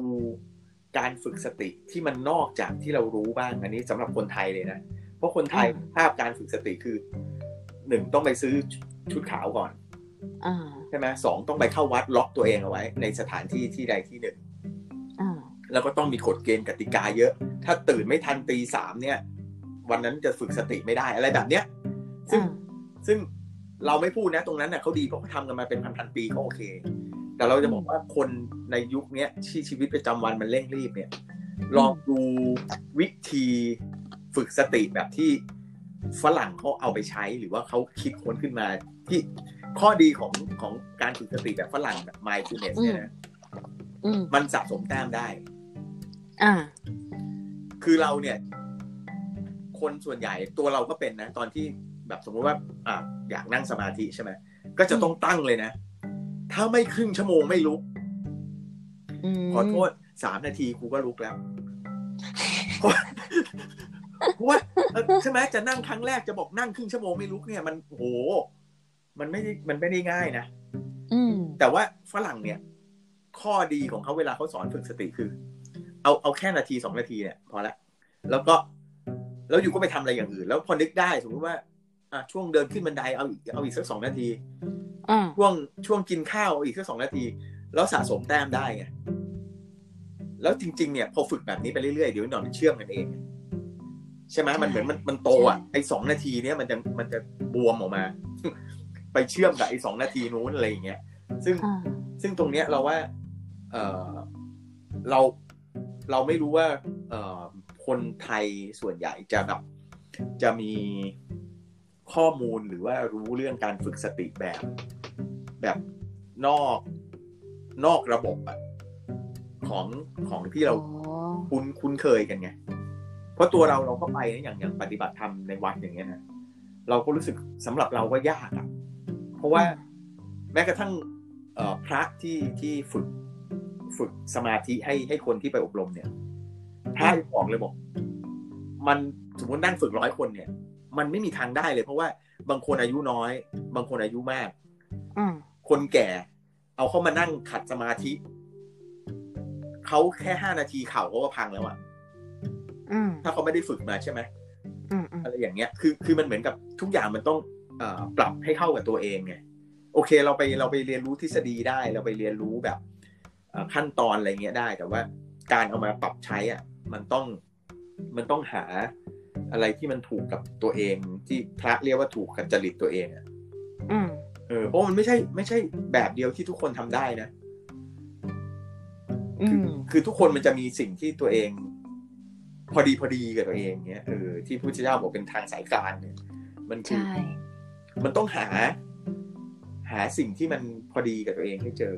B: การฝึกสติที่มันนอกจากที่เรารู้บ้างอันนี้สำหรับคนไทยเลยนะ เพราะคนไทยภาพการฝึกสติคือหนึ่งต้องไปซื้อชุดขาวก่อน
A: อ่า
B: ใช่ไหมสองต้องไปเข้าวัดล็อกตัวเองเอาไว้ ในสถานที่ที่ใดที่หนึ่ง
A: อ่า
B: แล้วก็ต้องมีกฎเกณฑ์กติกาเยอะ ถ้าตื่นไม่ทันตีสามเนี่ย วันนั้นจะฝึกสติไม่ได้อะไรแบบเนี้ย ซึ่ง
A: อ่า
B: ซึ่งเราไม่พูดนะตรงนั้นเน่ะเขาดีเพราะเขาทำกันมาเป็นพันๆปีก็โอเค แต่เราจะบอกว่าคนในยุคเนี้ยที่ชีวิตประจำวันมันเร่งรีบเนี่ย ลองดูวิธีฝึกสติแบบที่ฝรั่งเขาเอาไปใช้หรือว่าเขาคิดค้นขึ้นมาที่ข้อดีของของการฝึกสติแบบฝรั่งแบบ mindfulness เนี่ยนะ
A: อืม
B: มันสะสมแต้มได้
A: อ่า
B: คือเราเนี่ย คนส่วนใหญ่ตัวเราก็เป็นนะ ตอนที่แบบสมมติว่าอ่ะอยากนั่งสมาธิใช่ไหมก็จะต้องตั้งเลยนะ ถ้าไม่ครึ่งชั่วโมงไม่ลุก
A: อืม
B: ขอโทษสามนาทีกูก็ลุกแล้วเพราะเพราะว่าเอ่อใช่ไหมจะนั่งครั้งแรกจะบอกนั่งครึ่งชั่วโมงไม่ลุกเนี่ย มันโอ้โห มันไม่ได้มันไม่ได้ง่ายนะ
A: อืม
B: แต่ว่าฝรั่งเนี่ย ข้อดีของเขาเวลาเขาสอนฝึกสติคือ เอาเอาแค่นาทีสองนาทีเนี่ย พอละ แล้วก็แล้วอยู่ก็ไปทำอะไรอย่างอื่น แล้วพอนึกได้สมมติว่าอ่ะช่วงเดินขึ้นบันไดเอาอีกเอาอีกสักสองนาที
A: อ่า
B: ช่วงช่วงกินข้าวเอาอีกสักสองนาที แล้วสะสมแต้มได้ไงแล้วจริง ๆ เนี่ย พอฝึกแบบนี้ไปเรื่อยๆเดี๋ยวหนอนมันเชื่อมกันเอง ใช่ไหมมันเหมือนมันมันโตอ่ะไอสองนาทีเนี่ยมันจะมันจะบวมออกมา ไปเชื่อมกับไอสองนาทีนู้นอะไรอย่างเงี้ยซึ่ง
A: อ่า
B: ซึ่งตรงเนี้ยเราว่า เออเรา เราไม่รู้ว่า เออคนไทยส่วนใหญ่จะแบบ จะมีข้อมูลหรือว่ารู้เรื่องการฝึกสติแบบ แบบนอก นอกระบบอะของของที่เรา
A: โอ้
B: คุ้นคุ้นเคยกันไง เพราะตัวเราเราก็ไปนะอย่างอย่างปฏิบัติธรรมในวัดอย่างเงี้ยนะเราก็รู้สึกสำหรับเราก็ยากอะเพราะว่าแม้กระทั่งเอ่อพระที่ที่ฝึกฝึกสมาธิให้ให้คนที่ไปอบรมเนี่ย พระยังบอกเลยบอก มันสมมตินั่งฝึกร้อยคนเนี่ย มันไม่มีทางได้เลย เพราะว่าบางคนอายุน้อย บางคนอายุมาก
A: อ่า
B: คนแก่ เอาเข้ามานั่งขัดสมาธิเขาแค่ห้านาทีเข่าเขาก็พังแล้วอะ
A: อืม
B: ถ้าเขาไม่ได้ฝึกมาใช่ไหม
A: อืมอืม
B: อะไรอย่างเงี้ยคือคือมันเหมือนกับทุกอย่างมันต้องเออปรับให้เข้ากับตัวเองไงโอเคเราไปเราไปเรียนรู้ทฤษฎีได้ เราไปเรียนรู้แบบเอ่อขั้นตอนอะไรเงี้ยได้ แต่ว่าการเอามาปรับใช้อ่ะมันต้องมันต้องหาอะไรที่มันถูกกับตัวเอง ที่พระเรียกว่าถูกกับจริตตัวเองอะ
A: อืม
B: เออเพราะมันไม่ใช่ไม่ใช่แบบเดียวที่ทุกคนทำได้นะ
A: อืม
B: คือทุกคนมันจะมีสิ่งที่ตัวเอง พอดีพอดีกับตัวเองเงี้ยเออที่พระพุทธเจ้าบอกเป็นทางสายกลางเนี่ย มันคือ
A: ใช่
B: มันต้องหา หาสิ่งที่มันพอดีกับตัวเองให้เจอ